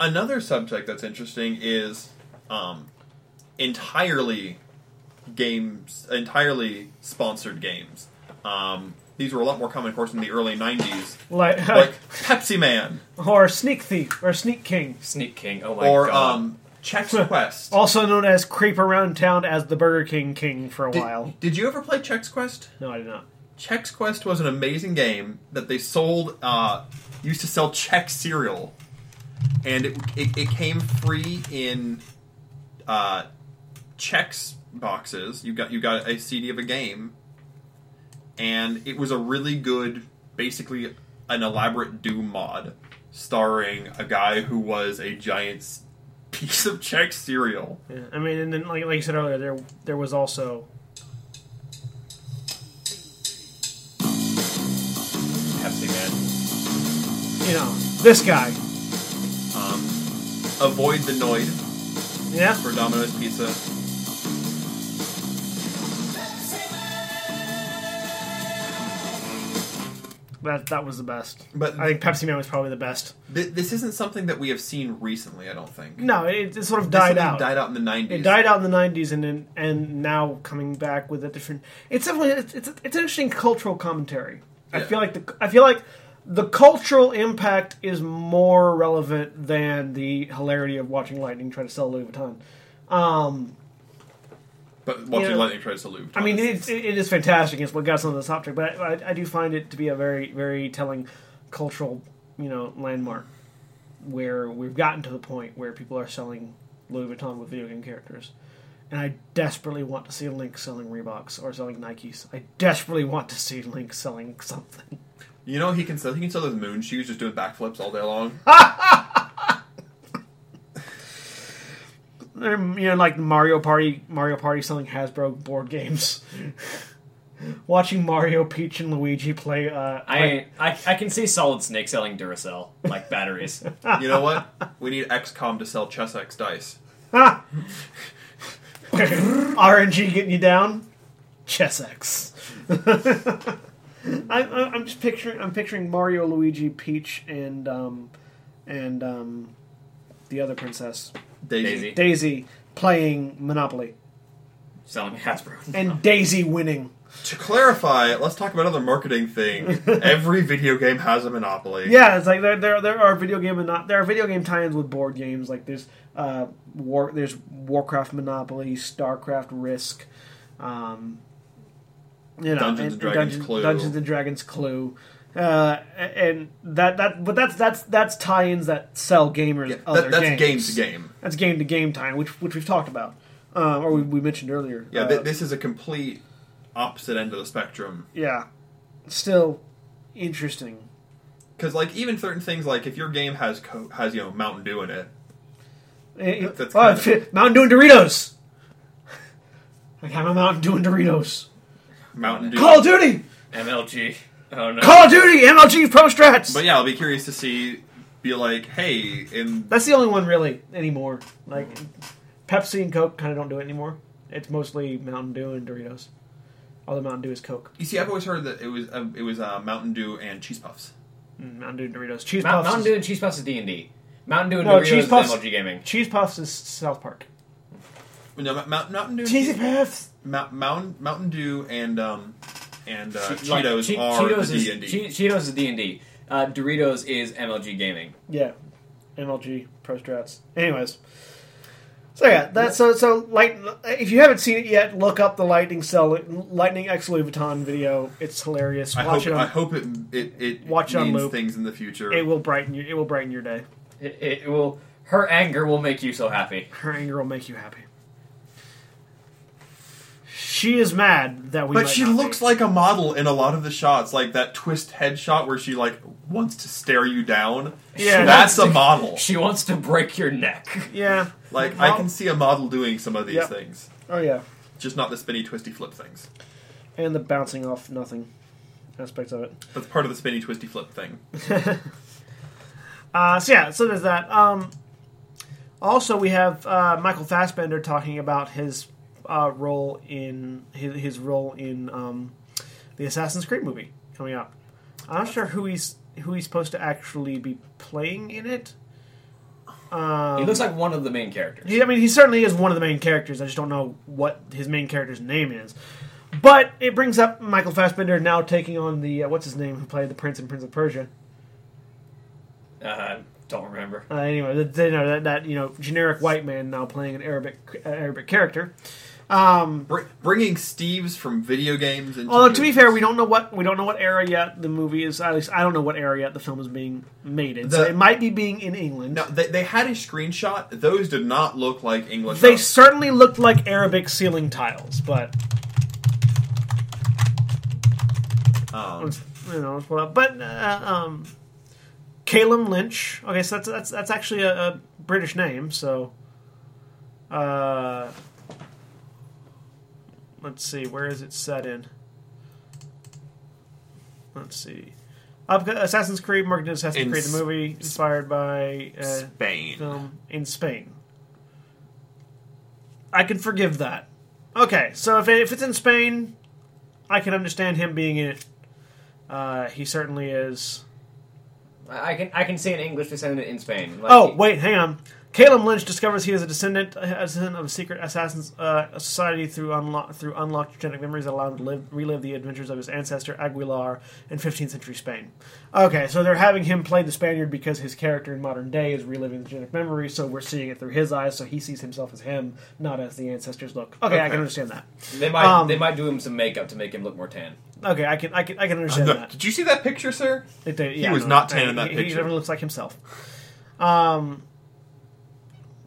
S2: another subject that's interesting is um, entirely games, entirely sponsored games. Um, these were a lot more common, of course, in the early '90s,
S1: like,
S2: like Pepsi Man
S1: or sneak thief or sneak king,
S3: Sneak King, oh my
S2: or
S3: god.
S2: um, Chex Quest.
S1: also known as creep around town as the Burger King King for a while.
S2: Did, did you ever play Chex Quest?
S1: No, I did not.
S2: Chex Quest was an amazing game that they sold, uh, used to sell Chex cereal, and it, it, it came free in uh, Chex boxes. You got you got a CD of a game, and it was a really good, basically an elaborate Doom mod, starring a guy who was a giant s- piece of Chex cereal.
S1: Yeah. I mean, and then like like you said earlier, there there was also
S2: Pepsi Man.
S1: you know this guy.
S2: Um, avoid the Noid
S1: Yeah,
S2: for Domino's Pizza.
S1: that that was the best.
S2: But-
S1: I think Pepsi Man was probably the best.
S2: Th- this isn't something that we have seen recently, I don't think.
S1: No, it, it sort of
S2: This
S1: died
S2: something
S1: out.
S2: Died out in the nineties.
S1: It died out in the '90s, and then and now coming back with a different. It's definitely it's it's, it's an interesting cultural commentary. I
S2: Yeah.
S1: feel like the I feel like the cultural impact is more relevant than the hilarity of watching lightning try to sell Louis Vuitton.
S2: But watching
S1: Yeah.
S2: Lightning tries to loop.
S1: I mean, it's, it, it is fantastic. It's what got us on this topic, but I, I, I do find it to be a very very telling cultural you know landmark where we've gotten to the point where people are selling Louis Vuitton with video game characters. And I desperately want to see Link selling Reeboks or selling Nikes. I desperately want to see Link selling something.
S2: you know he can sell he can sell those moon shoes just doing backflips all day long.
S1: Or, you know, like Mario Party, Mario Party selling Hasbro board games. Watching Mario, Peach, and Luigi play. Uh,
S3: I, I I can see Solid Snake selling Duracell, like batteries.
S2: you know what? We need XCOM to sell chess X dice.
S1: RNG getting you down? Chess X. I, I, I'm just picturing. I'm picturing Mario, Luigi, Peach, and um, and um, the other princess
S2: Daisy.
S3: Daisy.
S1: Daisy playing Monopoly,
S3: selling Hasbro.
S1: and Daisy winning.
S2: To clarify, let's talk about another marketing thing. Every video game has a monopoly.
S1: Yeah, it's like there there, there are video game mono- there are video game tie-ins with board games. Like there's uh, war there's Warcraft Monopoly, Starcraft Risk, um, you know,
S2: Dungeons and Dragons
S1: Dungeon-
S2: Clue.
S1: Dungeons and Dragons Clue. Uh, and that that but that's that's that's tie-ins that sell gamers
S2: Yeah, that-
S1: other
S2: that's
S1: games.
S2: game to game.
S1: That's game to game time, which which we've talked about, uh, or we, we mentioned earlier.
S2: Yeah,
S1: Uh,
S2: th- this is a complete opposite end of the spectrum.
S1: yeah, still interesting.
S2: Because like even certain things, like if your game has co- has you know Mountain Dew in it,
S1: Eh,
S2: That's
S1: oh,
S2: kind of-
S1: shit, Mountain Dew and Doritos. I got my Mountain Dew and Doritos.
S2: Mountain Dew.
S1: Call of Duty,
S3: MLG. Oh no.
S1: Call of Duty, MLG Pro Strats.
S2: But yeah, I'll be curious to see. Be like, hey, in
S1: That's the only one really anymore. Like Pepsi and Coke kind of don't do it anymore. It's mostly Mountain Dew and Doritos. All the Mountain Dew is Coke.
S2: You see, I've always heard that it was uh, it was uh, Mountain Dew and cheese puffs.
S1: Mm, Mountain Dew and Doritos. Cheese
S3: Mount,
S1: Puffs.
S3: Mountain Dew and Cheese Puffs is D and D. Mountain Dew and
S1: No,
S3: Doritos
S1: Cheese
S3: is
S1: Puffs-
S3: MLG Gaming.
S1: is, Cheese Puffs is South Park.
S2: No, Mou- Mount, Mountain Dew,
S1: Cheesy Puffs.
S2: Mount, Mountain Mountain Dew, and um, and uh, Cheetos
S3: Like, Che-
S2: are
S3: Cheetos
S2: the D and
S3: is,
S2: D.
S3: Che- Cheetos is D and D. Uh, Doritos is MLG Gaming.
S1: Yeah, MLG Pro Strats. Anyways, so yeah, that's so so. Light, if you haven't seen it yet, look up the Lightning Cell, Lightning X Louis Vuitton video. It's hilarious.
S2: I
S1: Watch
S2: hope
S1: it.
S2: it,
S1: On,
S2: I hope it it, it
S1: Watch it on
S2: means
S1: loop.
S2: things in the future.
S1: It will brighten your it will brighten your day.
S3: It, it will. Her anger will make you so happy.
S1: Her anger will make you happy. She is mad that we.
S2: but
S1: might
S2: she
S1: not
S2: looks
S1: be.
S2: like a model in a lot of the shots, like that twist head shot where she like wants to stare you down.
S1: Yeah.
S2: that's a model.
S3: She wants to break your neck.
S1: Yeah.
S2: Like
S1: Well-
S2: I can see a model doing some of these
S1: Yep.
S2: things,
S1: Oh yeah.
S2: just not the spinny twisty flip things.
S1: And the bouncing off nothing aspects of it.
S2: That's part of the spinny twisty flip thing.
S1: Uh, so yeah, so there's that. Um, also, we have uh, Michael Fassbender talking about his uh, role in his, his role in um, the Assassin's Creed movie coming up. I'm not sure who he's who he's supposed to actually be playing in it. Um,
S3: he looks like one of the main characters.
S1: he, I mean, he certainly is one of the main characters. I just don't know what his main character's name is. But it brings up Michael Fassbender now taking on the uh, what's his name who played the Prince and Prince of Persia.
S3: Uh, don't remember.
S1: Uh, anyway, that, you know that, that you know generic white man now playing an Arabic uh, Arabic character. Um,
S2: Br- bringing Steve's from video games. Into
S1: although to be
S2: movies.
S1: fair, we don't know what we don't know what era yet the movie is. At least I don't know what era yet the film is being made in. so
S2: The-
S1: it might be being in England.
S2: No, they, they had a screenshot. Those did not look like English.
S1: They
S2: houses.
S1: certainly looked like Arabic ceiling tiles, but
S2: um,
S1: let's, you know, let's pull up. But uh, um, Calum Lynch. Okay, so that's that's that's actually a, a British name. So, uh, let's see, where is it set in? Let's see. I've got Assassin's Creed, marketed as Assassin's
S2: In
S1: Creed, the
S2: S-
S1: movie inspired by uh,
S2: Spain.
S1: film in Spain. I can forgive that. Okay, so if, it, if it's in Spain, I can understand him being in it. Uh, he certainly is.
S3: I I can I can see an English descendant in Spain. Like,
S1: Oh, wait, hang on. Caleb Lynch discovers he is a descendant, a descendant of a secret assassin's uh, society through, unlo- through unlocked genetic memories that allow him to live, relive the adventures of his ancestor Aguilar in 15th century Spain. Okay, so they're having him play the Spaniard because his character in modern day is reliving the genetic memory, so we're seeing it through his eyes, so he sees himself as him, not as the ancestors look. Okay, I
S2: Okay.
S1: can understand that.
S3: They might
S1: Um,
S3: they might do him some makeup to make him look more tan.
S1: Okay, I can I can I can understand
S2: No,
S1: that.
S2: did you see that picture, sir?
S1: It did- yeah,
S2: was
S1: no,
S2: not
S1: I-
S2: tan in that
S1: he, He
S2: picture.
S1: definitely looks like himself. Um,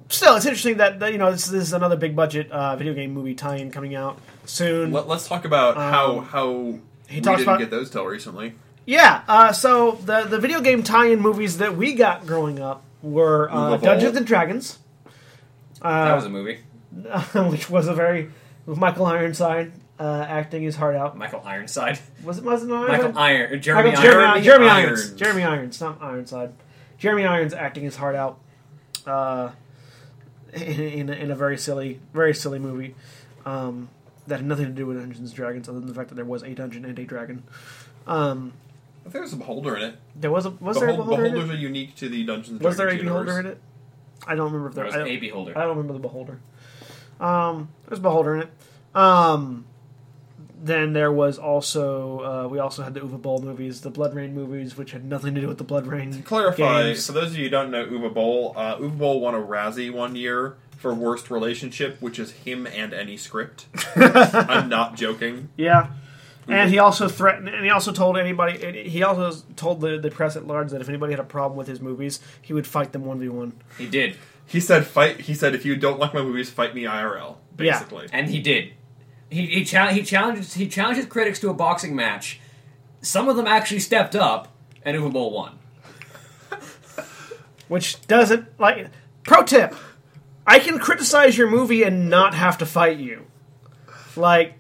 S1: still, it's interesting that, that you know this, this is another big budget uh, video game movie tie-in coming out soon.
S2: Let, us talk about how
S1: Um,
S2: how we
S1: talks
S2: didn't
S1: about-
S2: get those till recently.
S1: Yeah. Uh, so the the video game tie-in movies that we got growing up were uh,
S2: Movable.
S1: Dungeons and Dragons, Uh,
S3: that was a movie.
S1: which was a very with Michael Ironside uh, acting his heart out.
S3: Michael Ironside.
S1: Was it was it not
S3: Michael
S1: Ironside?
S3: Iron. Jeremy
S1: Michael-
S3: Irons.
S1: Jeremy, Irons. Jeremy
S2: Irons.
S1: Irons. Jeremy Irons, not Ironside. Jeremy Irons acting his heart out uh, in, in, in a very silly, very silly movie um, that had nothing to do with Dungeons and Dragons, other than the fact that there was a dungeon and a dragon. Um,
S2: I think there's a beholder in it.
S1: there was a was there a
S2: Behol-
S1: beholder in
S2: beholders
S1: it?
S2: are unique to the Dungeons and
S1: Was there a
S2: Dragons universe.
S1: beholder in it? I don't remember if
S3: There
S1: there.
S3: was
S1: I don't,
S3: a beholder.
S1: I don't remember the beholder. Um, there's a beholder in it. Um, then there was also uh, we also had the Uva Bowl movies, the Blood Rain movies, which had nothing to do with the Blood Rain.
S2: To clarify,
S1: games.
S2: for those of you who don't know Uwe Boll, uh, Uwe Boll won a Razzie one year for worst relationship, which is him and any script. I'm not joking.
S1: Yeah. And he also threatened, and he also told anybody. and He also told the, the press at large that if anybody had a problem with his movies, he would fight them one v one.
S3: He did,
S2: He said, "Fight." He said, "If you don't like my movies, fight me IRL."
S1: Yeah.
S2: Basically,
S3: and he did. He he, chal- he challenged he challenged his critics to a boxing match. Some of them actually stepped up, and Uwe Boll won.
S1: Which doesn't like. Pro tip: I can criticize your movie and not have to fight you. Like,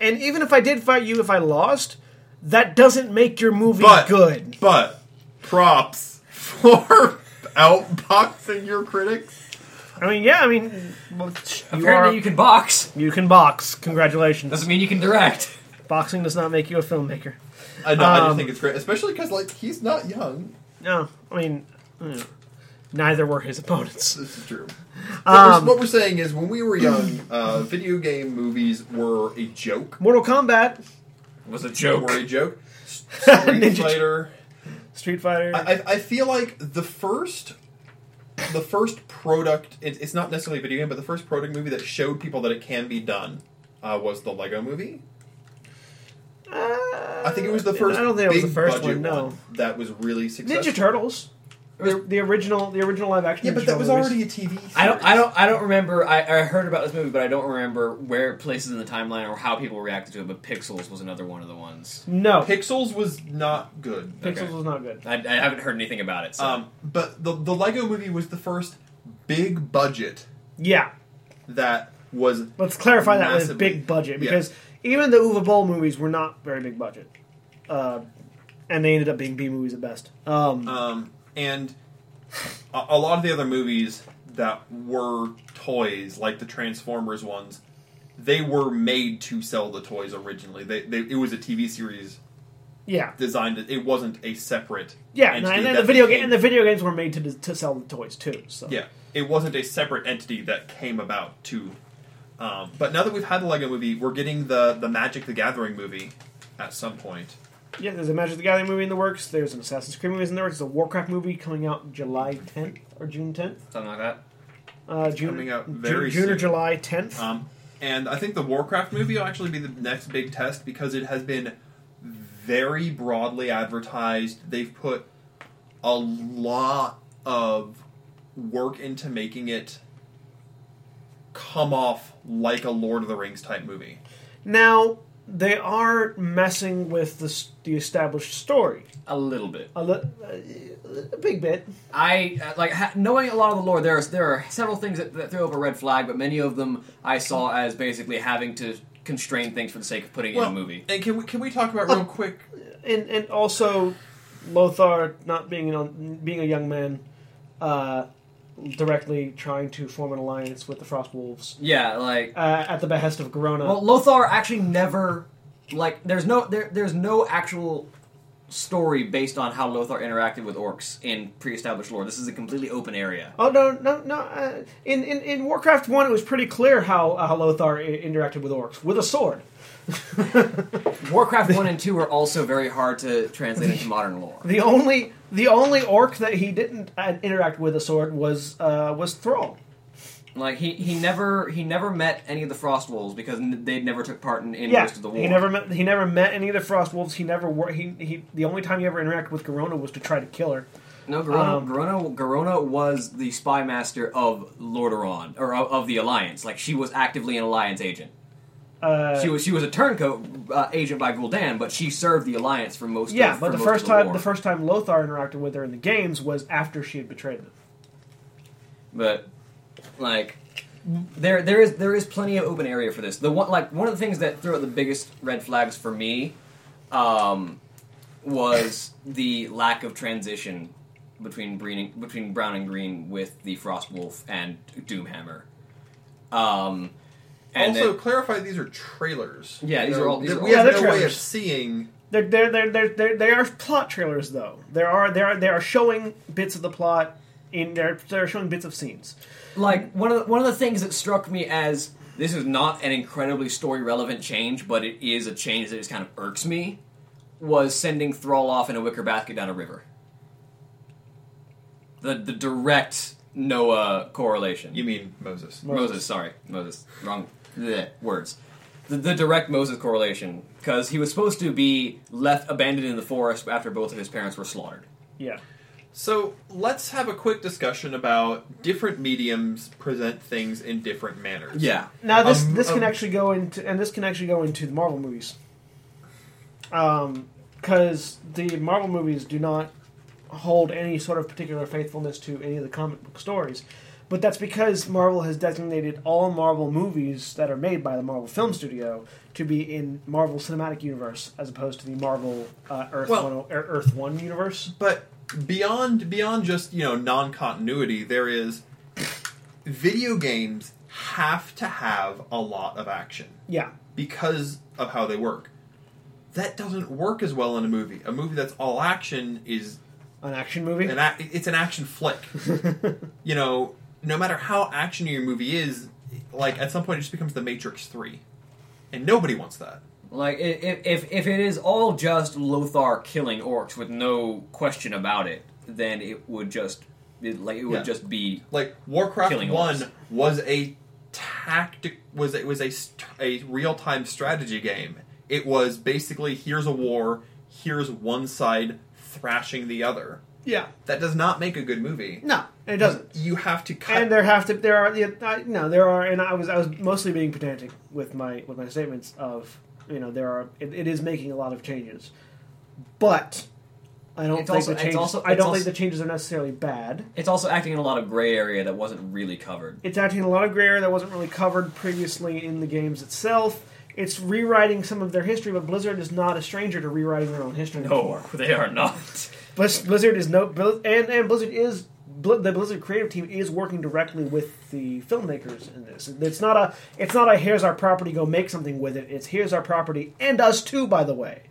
S1: and even if I did fight you, if I lost, that doesn't make your movie
S2: but
S1: good.
S2: But props for outboxing your critics.
S1: I mean, yeah, I mean, well, you
S3: Apparently,
S1: are
S3: you can box.
S1: you can box. Congratulations.
S3: Doesn't mean you can direct.
S1: Boxing does not make you a filmmaker.
S2: I know. I
S1: Um,
S2: just think it's great, especially because like he's not young.
S1: No, I mean, yeah. neither were his opponents.
S2: This is true. What,
S1: Um,
S2: we're, what we're saying is, when we were young, uh, video game movies were a joke.
S1: Mortal Kombat,
S3: was a joke.
S2: Were a joke. Street
S1: Ninja-
S2: Fighter.
S1: Street Fighter.
S2: I, I- I feel like the first, the first product. It, it's not necessarily a video game, but the first product movie that showed people that it can be done uh, was the Lego Movie. I think it was the first.
S1: Uh, I don't think it was
S2: big
S1: the first
S2: budget
S1: one. No,
S2: that was really successful.
S1: Ninja Turtles. The original, the original live action.
S2: Yeah,
S1: Ninja
S2: but that
S1: Turtle
S2: was
S1: movies.
S2: already a TV.
S3: I don't,
S2: series.
S3: I don't, I don't remember. I, I heard about this movie, but I don't remember where places in the timeline or how people reacted to it. But Pixels was another one of the ones.
S1: No,
S2: Pixels was not good.
S1: Pixels
S3: okay.
S1: was not good.
S3: I, I haven't heard anything about it. So.
S2: Um, but the the Lego Movie was the first big budget
S1: Yeah,
S2: that was
S1: let's clarify that with
S2: Massively.
S1: big budget
S2: Yeah.
S1: because even the Uwe Boll movies were not very big budget, uh, and they ended up being B movies at best. Um,
S2: um, and a, a lot of the other movies that were toys, like the Transformers ones, they were made to sell the toys originally. They, they it was a TV series
S1: yeah,
S2: designed. It wasn't a separate
S1: yeah, and,
S2: entity
S1: and,
S2: that
S1: the video
S2: became-
S1: game and the video games were made to to sell the toys too. So
S2: Yeah, it wasn't a separate entity that came about to. Um, but now that we've had the Lego movie, we're getting the the Magic the Gathering movie at some point.
S1: Yeah, there's a Magic the Gathering movie in the works. There's an Assassin's Creed movie in the works. There's a Warcraft movie coming out July 10th or June 10th.
S3: Something like that.
S1: Uh, June,
S2: Coming out
S1: Ju-
S2: very
S1: June, or
S2: soon.
S1: July 10th.
S2: Um, and I think the Warcraft movie will actually be the next big test because it has been very broadly advertised. They've put a lot of work into making it come off like a Lord of the Rings type movie.
S1: now they are messing with the s- the established story
S3: A little bit.
S1: a, li- a big bit.
S3: I uh, like ha- knowing a lot of the lore. There's there are several things that, that throw up a red flag, but many of them I saw as basically having to constrain things for the sake of putting it in a movie.
S2: and can we can we talk about real quick
S1: and and also Lothar not being an, being a young man, uh, directly trying to form an alliance with the Frostwolves
S3: Yeah, like
S1: uh, at the behest of Corona.
S3: well, Lothar actually never like there's no there there's no actual story based on how Lothar interacted with orcs in pre-established lore. This is a completely open area.
S1: Oh no no no! Uh, in, in in Warcraft One, it was pretty clear how uh, how Lothar I- interacted with orcs with a sword.
S3: Warcraft one and two are also very hard to translate into modern lore.
S1: The only the only orc that he didn't uh, interact with a sword was uh, was Thrall.
S3: Like he, he never he never met any of the Frost Wolves because n- they never took part in, in
S1: Yeah,
S3: most of the war.
S1: he never met he never met any of the Frostwolves. He never wor- he, he the only time he ever interacted with Corona was to try to kill her.
S3: No, Garona,
S1: Um,
S3: Garona, Garona was the spy master of Lordaeron or of, of the Alliance. Like she was actively an Alliance agent.
S1: Uh,
S3: She was she was a turncoat uh, agent by Gul'dan, but she served the Alliance for most.
S1: yeah,
S3: of,
S1: but
S3: for
S1: the
S3: most
S1: first
S3: of
S1: time
S3: war.
S1: the first time Lothar interacted with her in the games was after she had betrayed them.
S3: but like there there is there is plenty of open area for this. The one like one of the things that threw out the biggest red flags for me um, was the lack of transition between green between brown and green with the Frostwolf and Doomhammer. Um, and
S2: also
S3: then-
S2: clarify these are trailers.
S3: Yeah, these
S2: You
S3: are
S2: know,
S3: all- these
S2: that
S3: are
S1: all-
S2: we
S1: Yeah,
S2: have
S1: they're
S2: no way of
S1: trailers.
S2: seeing.
S1: They're, they're, they're, they're, they're, they are plot trailers, though. There are they are they are showing bits of the plot in there. They're showing bits of scenes.
S3: like one of the, one of the things that struck me as this is not an incredibly story relevant change, but it is a change that just kind of irks me. Was sending Thrall off in a wicker basket down a river. The the direct Noah correlation.
S2: You mean Moses?
S3: Moses. sorry, Moses. Wrong bleh, words. The, the direct Moses correlation because he was supposed to be left abandoned in the forest after both of his parents were slaughtered.
S1: Yeah,
S2: So let's have a quick discussion about different mediums present things in different manners.
S3: Yeah,
S1: Now this
S2: Um,
S1: this can
S2: um,
S1: actually go into and this can actually go into the Marvel movies, because the Marvel movies do not hold any sort of particular faithfulness to any of the comic book stories, but that's because Marvel has designated all Marvel movies that are made by the Marvel Film Studio to be in Marvel Cinematic Universe as opposed to the Marvel uh, Earth
S2: Well-
S1: One One Er, Earth One universe.
S2: But beyond beyond just you know non continuity, there is video games have to have a lot of action
S1: Yeah.
S2: because of how they work. That doesn't work as well in a movie. A movie that's all action is
S1: An action movie.
S2: an ac it's an action flick. you know, no matter how actiony your movie is, like at some point it just becomes The Matrix Three, and nobody wants that.
S3: Like i- if if if it is all just Lothar killing orcs with no question about it, then it would just it, like it would
S2: Yeah.
S3: just be
S2: Like Warcraft
S3: Killing
S2: One
S3: orcs.
S2: was a tactic was it was a st- a real time strategy game. It was basically here's a war, here's one side thrashing the other.
S1: yeah.
S2: That does not make a good movie.
S1: No, it doesn't.
S2: You have to cut.
S1: And there have to there are yeah, I, no there are and I was I was mostly being pedantic with my with my statements of you know there are it, it is making a lot of changes, but I don't
S3: It's
S1: think
S3: also-
S1: the
S3: it's
S1: changes
S3: also-
S1: I
S3: it's
S1: don't
S3: also-
S1: think the changes are necessarily bad.
S3: it's also acting in a lot of gray area that wasn't really covered.
S1: It's acting in a lot of gray area that wasn't really covered previously in the games itself. It's rewriting some of their history, but Blizzard is not a stranger to rewriting their own history.
S3: No, they are not.
S1: Blizz- Blizzard is no Blizz- and and Blizzard is Bl- the Blizzard creative team is working directly with the filmmakers in this. It's not a it's not a here's our property go make something with it. It's here's our property and us too. By the way,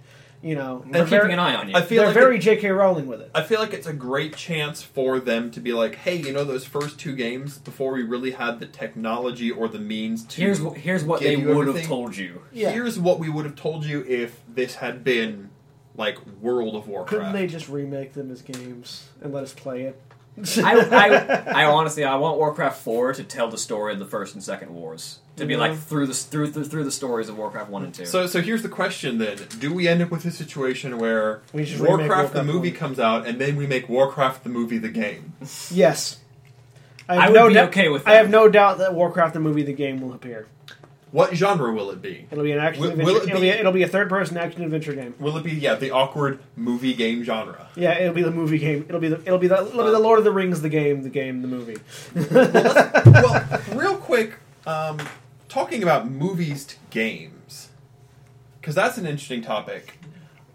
S1: you know
S3: We're
S1: they're
S3: keeping
S1: very,
S3: an eye on you.
S2: I feel
S1: they're
S2: like
S1: very J.K. Rowling with it.
S2: I feel like it's a great chance for them to be like, hey, you know, those first two games before we really had the technology or the means to.
S3: here's wh- here's what
S2: give
S3: they
S2: you
S3: would have
S2: everything.
S3: told you.
S1: Yeah.
S2: Here's what we would have told you if this had been like World of Warcraft.
S1: Couldn't they just remake them as games and let us play it?
S3: I, I, I honestly, I want Warcraft Four to tell the story of the first and second wars to be like
S1: Mhm.
S3: through the through the, through the stories of Warcraft One and Two.
S2: Mm-hmm. so, so here's the question then: Do we end up with a situation where
S1: We just remake
S2: Warcraft, the
S1: Warcraft
S2: movie
S1: one.
S2: comes out, and then we make Warcraft the movie the game?
S1: yes. I,
S3: I
S1: have
S3: would
S1: no
S3: be
S1: doubt-
S3: okay with
S1: I
S3: that.
S1: have no doubt that Warcraft the movie, the game, will appear.
S2: What genre will it be?
S1: It'll be an action.
S2: Will-
S1: adventure,
S2: will it
S1: it'll be,
S2: be-
S1: it'll be a third person action adventure game.
S2: Will it be yeah the awkward movie game genre?
S1: Yeah, it'll be the movie game. It'll be the it'll be the it'll be the Lord of the Rings, the game, the game, the movie.
S2: well, real quick, um, talking about movies to games, because that's an interesting topic.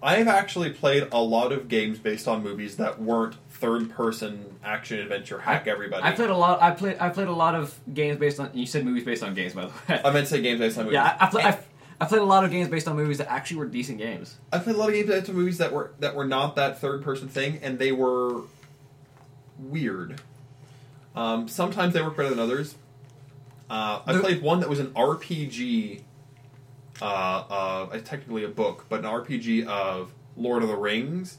S2: I've actually played a lot of games based on movies that weren't third-person action adventure hack everybody.
S3: I played a lot. I played. I played a lot of games based on. You said movies based on games, by the way.
S2: I meant to say games based on movies.
S3: yeah, I, I, play, I, I played a lot of games based on movies that actually were decent games.
S2: I played a lot of games based on movies that were that were not that third-person thing, and they were weird. Um, sometimes they work better than others. Uh, I
S3: The-
S2: played one that was an RPG, uh, uh, technically a book, but an RPG of Lord of the Rings.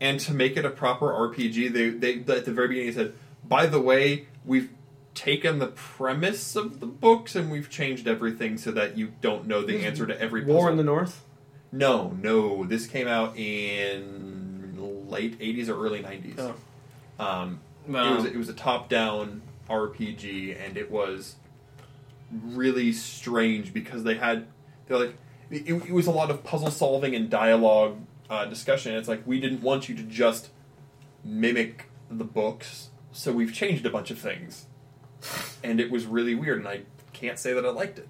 S2: And to make it a proper RPG, they, they at the very beginning said, "By the way, we've taken the premise of the books and we've changed everything so that you don't know the answer to every puzzle."
S1: War in the North.
S2: No, no. This came out in late '80s or early '90s.
S1: Oh.
S2: Um,
S3: No.
S2: It was it was a top-down RPG, and it was really strange because they had they're like it, it was a lot of puzzle solving and dialogue uh, discussion. It's like we didn't want you to just mimic the books, so we've changed a bunch of things, and it was really weird. And I can't say that I liked it.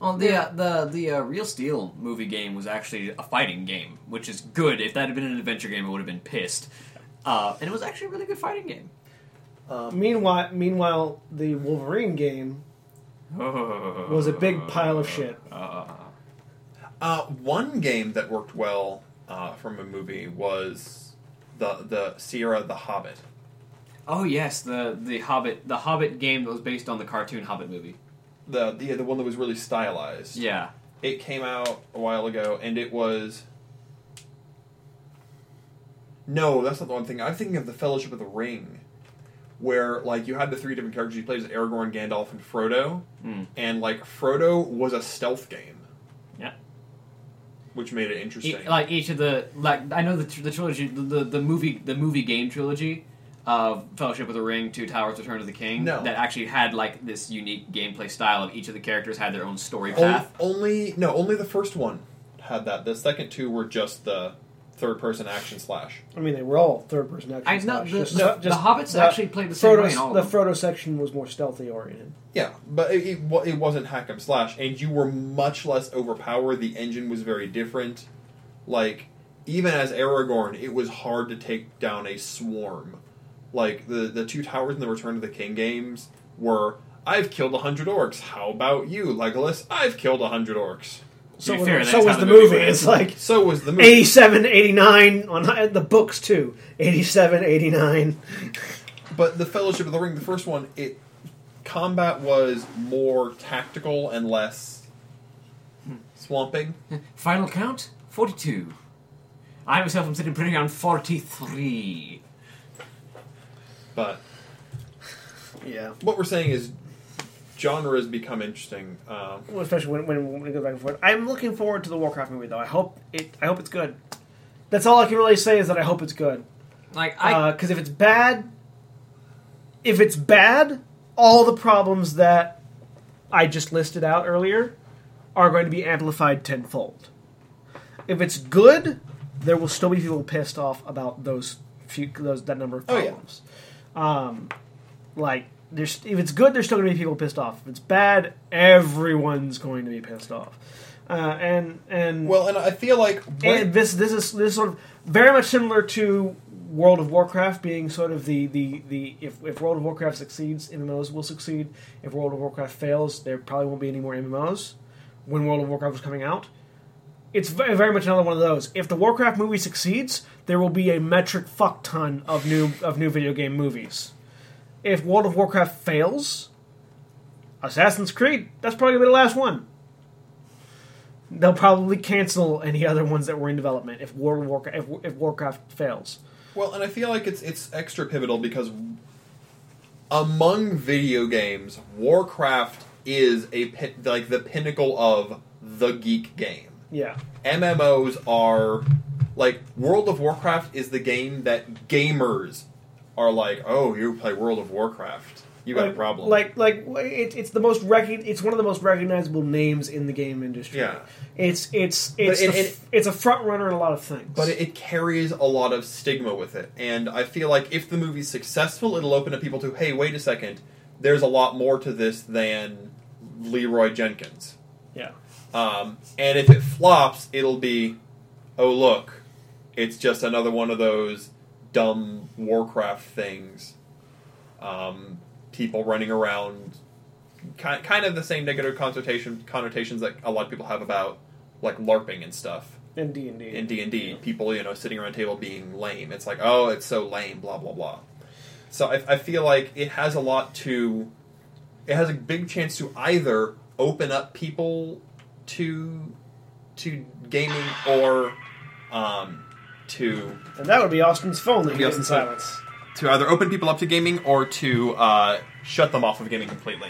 S3: Well, the uh, the the uh, Real Steel movie game was actually a fighting game, which is good. If that had been an adventure game, I would have been pissed. Uh, and it was actually a really good fighting game.
S1: Uh, Meanwhile, meanwhile, the Wolverine game was a big pile of shit.
S2: Uh, one game that worked well uh, from a movie was the the Sierra the Hobbit.
S3: Oh yes, the the Hobbit the Hobbit game that was based on the cartoon Hobbit movie.
S2: The, the the one that was really stylized.
S3: Yeah,
S2: It came out a while ago, and it was. No, that's not the one thing. I'm thinking of the Fellowship of the Ring, where like you had the three different characters you played as Aragorn, Gandalf, and Frodo,
S3: Mm.
S2: and like Frodo was a stealth game,
S3: yeah.
S2: which made it
S3: E-
S2: interesting.
S3: like each of the like I know the, tr- the trilogy the, the the movie the movie game trilogy of Fellowship of the Ring, Two Towers, Return of the King
S2: No.
S3: that actually had like this unique gameplay style of each of the characters had their own story
S1: Oh,
S2: Only,
S3: path.
S2: only no, only the first one had that. The second two were just the third person action slash.
S1: I mean, they were all third person action.
S3: I know
S1: slash.
S3: the,
S1: Just-
S3: the,
S1: just-
S3: the Hobbits
S1: uh,
S3: actually played the same way in
S1: Frodo's-
S3: all
S1: the
S3: of them.
S1: Frodo section was more stealthy oriented.
S2: Yeah, but it, it, wa- it wasn't hack 'em slash, and you were much less overpowered. The engine was very different. Like even as Aragorn, it was hard to take down a swarm. Like the the two towers in the Return of the King games were I've killed a hundred orcs. How about you, Legolas? I've killed a hundred orcs.
S1: So,
S2: To be
S1: was-
S2: fair,
S1: so
S2: that's
S1: was
S2: how
S1: the movie.
S2: went.
S1: It's like
S2: so was the movie.
S1: 87, 89 on and the books too. 87, 89.
S2: But the Fellowship of the Ring, the first one, it combat was more tactical and less swamping.
S3: Final count 42. I myself am sitting pretty on 43.
S2: But
S1: Yeah.
S2: what we're saying is genres become interesting. Um,
S1: Well, especially when, when we go back and forth. I'm looking forward to the Warcraft movie though. I hope it. I hope it's good. That's all I can really say is that I hope it's good.
S3: Like, I.
S1: Because Uh, if it's bad, if it's bad, all the problems that I just listed out earlier are going to be amplified tenfold. If it's good, there will still be people pissed off about those few those that number of
S2: Oh, yeah.
S1: problems. Um, like there's if it's good, there's still going to be people pissed off. If it's bad, everyone's going to be pissed off. Uh, and and
S2: well, and I feel like
S1: and this this is this is sort of very much similar to World of Warcraft being sort of the the, the if, if World of Warcraft succeeds, MMOs will succeed. If World of Warcraft fails, there probably won't be any more MMOs. When World of Warcraft was coming out, it's ve- very much another one of those. If the Warcraft movie succeeds, there will be a metric fuck ton of new of new video game movies. If World of Warcraft fails, Assassin's Creed that's probably gonna be the last one. They'll probably cancel any other ones that were in development if World of Warcraft if, if Warcraft fails.
S2: Well, and I feel like it's it's extra pivotal because among video games, Warcraft is a pin, like the pinnacle of the geek game.
S1: Yeah,
S2: MMOs are like World of Warcraft is the game that gamers are like, "Oh, you play World of Warcraft. You got a
S1: Like-
S2: problem."
S1: Like like it, it's the most rec- It's one of the most recognizable names in the game industry.
S2: Yeah.
S1: it's it's it's
S2: it-
S1: the
S2: it-
S1: f- it's a front runner in a lot of things.
S2: but it, it carries a lot of stigma with it. And I feel like if the movie's successful, it'll open up people to, "Hey, wait a second. There's a lot more to this than Leroy Jenkins."
S1: yeah.
S2: Um, and if it flops, it'll be, oh look, it's just another one of those dumb Warcraft things. Um, people running around, kind kind of the same negative connotation connotations that a lot of people have about like LARPing and stuff
S1: In D and D.
S2: in D and D. People you know sitting around a table being lame. It's like oh, it's so lame, blah blah blah. So I, I feel like it has a lot to. It has a big chance to either open up people to to gaming or um, to
S1: And that would be Austin's phone that
S2: Be
S1: he did in
S2: Austin's phone.
S1: silence.
S2: to either open people up to gaming or to uh, shut them off of gaming completely.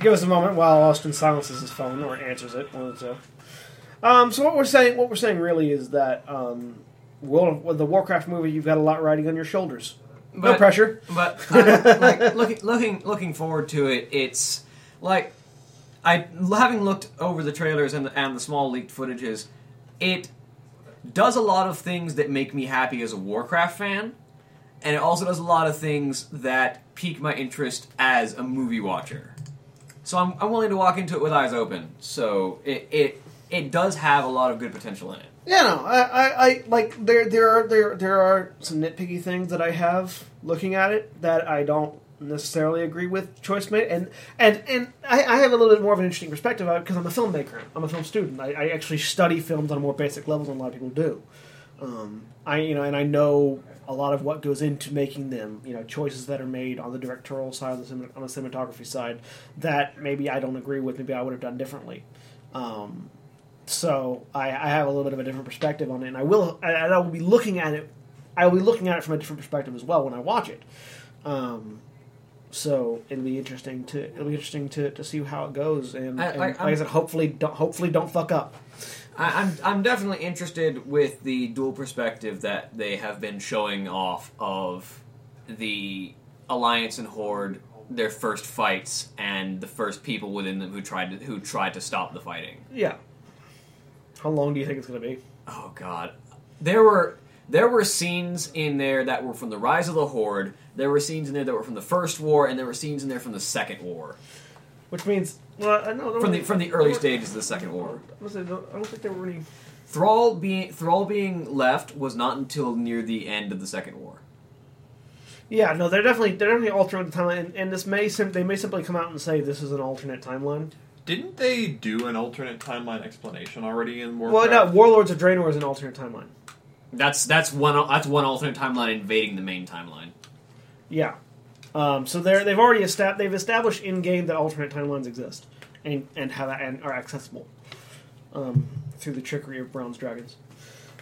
S1: Give us a moment while Austin silences his phone or answers it. One of the two. Um, so what we're saying, what we're saying really is that um, World of, with the Warcraft movie, you've got a lot riding on your shoulders. no
S3: But-
S1: pressure.
S3: But I, like, looking, looking, looking forward to it, it's like I having looked over the trailers and the, and the small leaked footages, it does a lot of things that make me happy as a Warcraft fan, and it also does a lot of things that pique my interest as a movie watcher. So I'm, I'm willing to walk into it with eyes open. So it it it does have a lot of good potential in it.
S1: Yeah, no, I, I, I like there, there are there, there are some nitpicky things that I have looking at it that I don't necessarily agree with choice made, and and and I, I have a little bit more of an interesting perspective on it because I'm a filmmaker, I'm a film student, I, I actually study films on a more basic level than a lot of people do. Um, I you know, and I know a lot of what goes into making them. You know, choices that are made on the directorial side, on the, cinem- on the cinematography side, that maybe I don't agree with. Maybe I would have done differently. Um, so I, I have a little bit of a different perspective on it, and I will. And I will be looking at it. I will be looking at it from a different perspective as well when I watch it. Um, so it'll be interesting to it'll be interesting to, to see how it goes, and,
S3: I-
S1: and
S3: I-
S1: like I
S3: I'm-
S1: said, hopefully, don't, hopefully don't fuck up.
S3: I, I'm I'm definitely interested with the dual perspective that they have been showing off of the Alliance and Horde, their first fights, and the first people within them who tried to, who tried to stop the fighting.
S1: Yeah. How long do you think it's going to be?
S3: Oh God, there were there were scenes in there that were from the Rise of the Horde. There were scenes in there that were from the First War, and there were scenes in there from the Second War,
S1: Which means, well, I know
S3: from the from the early stages of the Second War.
S1: I don't think there were any.
S3: Thrall being Thrall being left was not until near the end of the Second War.
S1: Yeah, no, they're definitely they're definitely altering the timeline, and, and this may sim- they may simply come out and say this is an alternate timeline.
S2: Didn't they do an alternate timeline explanation already in
S1: Well,
S2: Warcraft?
S1: no, Warlords of Draenor is an alternate timeline.
S4: That's that's one that's one alternate timeline invading the main timeline.
S1: Yeah, um, so they're they've already established they've established in game that alternate timelines exist and and have and are accessible um, through the trickery of Bronze Dragons.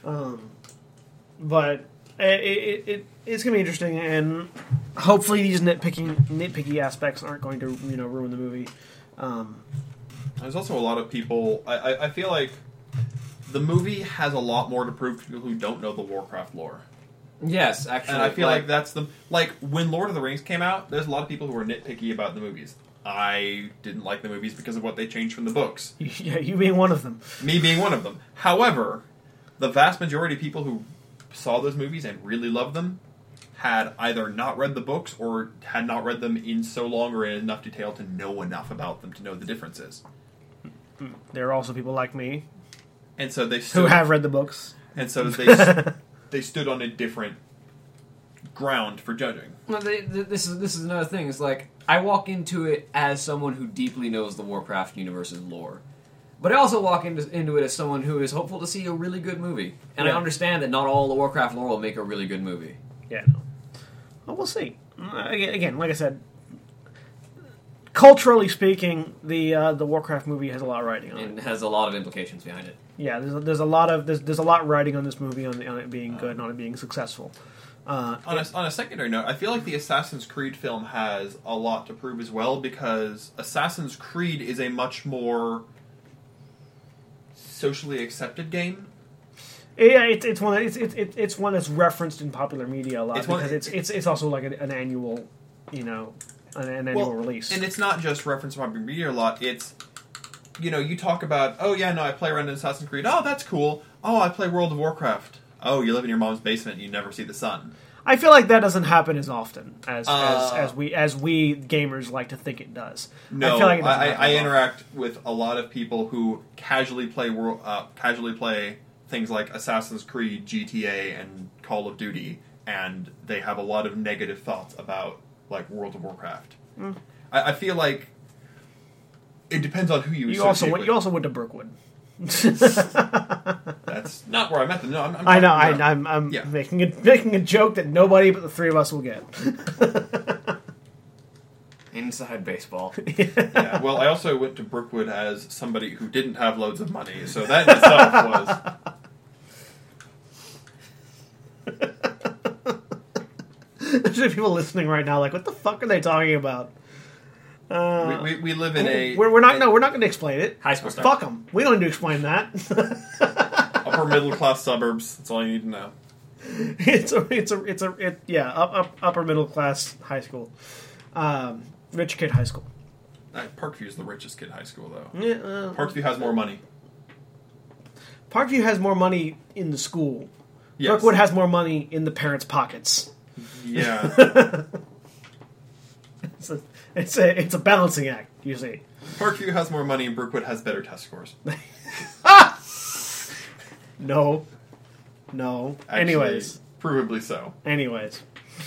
S1: Um, but it, it, it it's gonna be interesting, and hopefully these nitpicking nitpicky aspects aren't going to you know ruin the movie. Um,
S2: There's also a lot of people. I, I, I feel like the movie has a lot more to prove to people who don't know the Warcraft lore.
S3: Yes, actually,
S2: And I feel like that's the like when Lord of the Rings came out. There's a lot of people who were nitpicky about the movies. I didn't like the movies because of what they changed from the books.
S1: yeah, you being one of them.
S2: Me being one of them. However, the vast majority of people who saw those movies and really loved them had either not read the books or had not read them in so long or in enough detail to know enough about them to know the differences.
S1: There are also people like me
S2: And so they
S1: who
S2: stood,
S1: have read the books.
S2: and so they
S1: yeah,
S2: they stood on a different ground for judging.
S3: Well, they, th- this is this is another thing. It's like I walk into it as someone who deeply knows the Warcraft universe's lore, but I also walk into, into it as someone who is hopeful to see a really good movie. And I
S1: Yeah.
S3: understand that not all the Warcraft lore will make a really good movie.
S1: no. Well, we'll see. Uh, aga- Again, like I said, culturally speaking, the uh, the Warcraft movie has a lot of writing on it.
S3: and has a lot of implications behind it.
S1: Yeah, there's a, there's a lot of there's, there's a lot riding on this movie on, on it being
S2: Uh-huh.
S1: good and on it being successful. Uh,
S2: On a, on a secondary note, I feel like the Assassin's Creed film has a lot to prove as well because Assassin's Creed is a much more socially accepted game.
S1: yeah, it's it's one that- it's it's it's- it's one that's referenced in popular media a lot
S2: It's one-
S1: because it's it's it's also like an, an annual, you know, an, an annual release.
S2: And it's not just reference to popular media a lot. It's you know you talk about oh yeah no I play around in Assassin's Creed oh that's cool oh I play World of Warcraft oh you live in your mom's basement and you never see the sun
S1: I feel like that doesn't happen as often as,
S2: Uh,
S1: as as we as we gamers like to think it does.
S2: No, I,
S1: I feel like it doesn't
S2: I,
S1: happen
S2: I
S1: as often.
S2: interact with a lot of people who casually play world, uh, casually play things like Assassin's Creed, GTA, and Call of Duty, and they have a lot of negative thoughts about like World of Warcraft.
S1: Mm.
S2: I, I feel like it depends on who you.
S1: You
S2: associate
S1: also went,
S2: with.
S1: you also went to Brookwood.
S2: That's not where I met them. No, I'm. I'm
S1: I know. I,
S2: talking about-
S1: I'm, I'm
S2: Yeah.
S1: making a making a joke that nobody but the three of us will get.
S4: Inside baseball.
S2: yeah. Well, I also went to Brookwood as somebody who didn't have loads of money, so that in itself was.
S1: There's people listening right now, like, what the fuck are they talking about?
S2: We,
S1: Uh,
S2: we, we live in a.
S1: we're, we're not.
S2: a
S1: No, we're not going to explain it.
S4: High school star.
S1: Fuck them. We don't need to explain that.
S2: upper middle class suburbs. That's all you need to know.
S1: it's a. It's a. It's a. It, yeah. Up, up, upper middle class high school, um, rich kid high school.
S2: Uh, Parkview is the richest kid high school, though.
S1: Yeah, uh,
S2: Parkview has more money.
S1: Parkview has more money in the school.
S2: Yes.
S1: Brookwood has more money in the parents' pockets.
S2: Yeah.
S1: It's a, it's a, it's a balancing act, you see.
S2: Parkview has more money, and Brookwood has better test scores.
S1: No. No.
S2: Actually,
S1: anyways.
S2: Provably so.
S1: Anyways.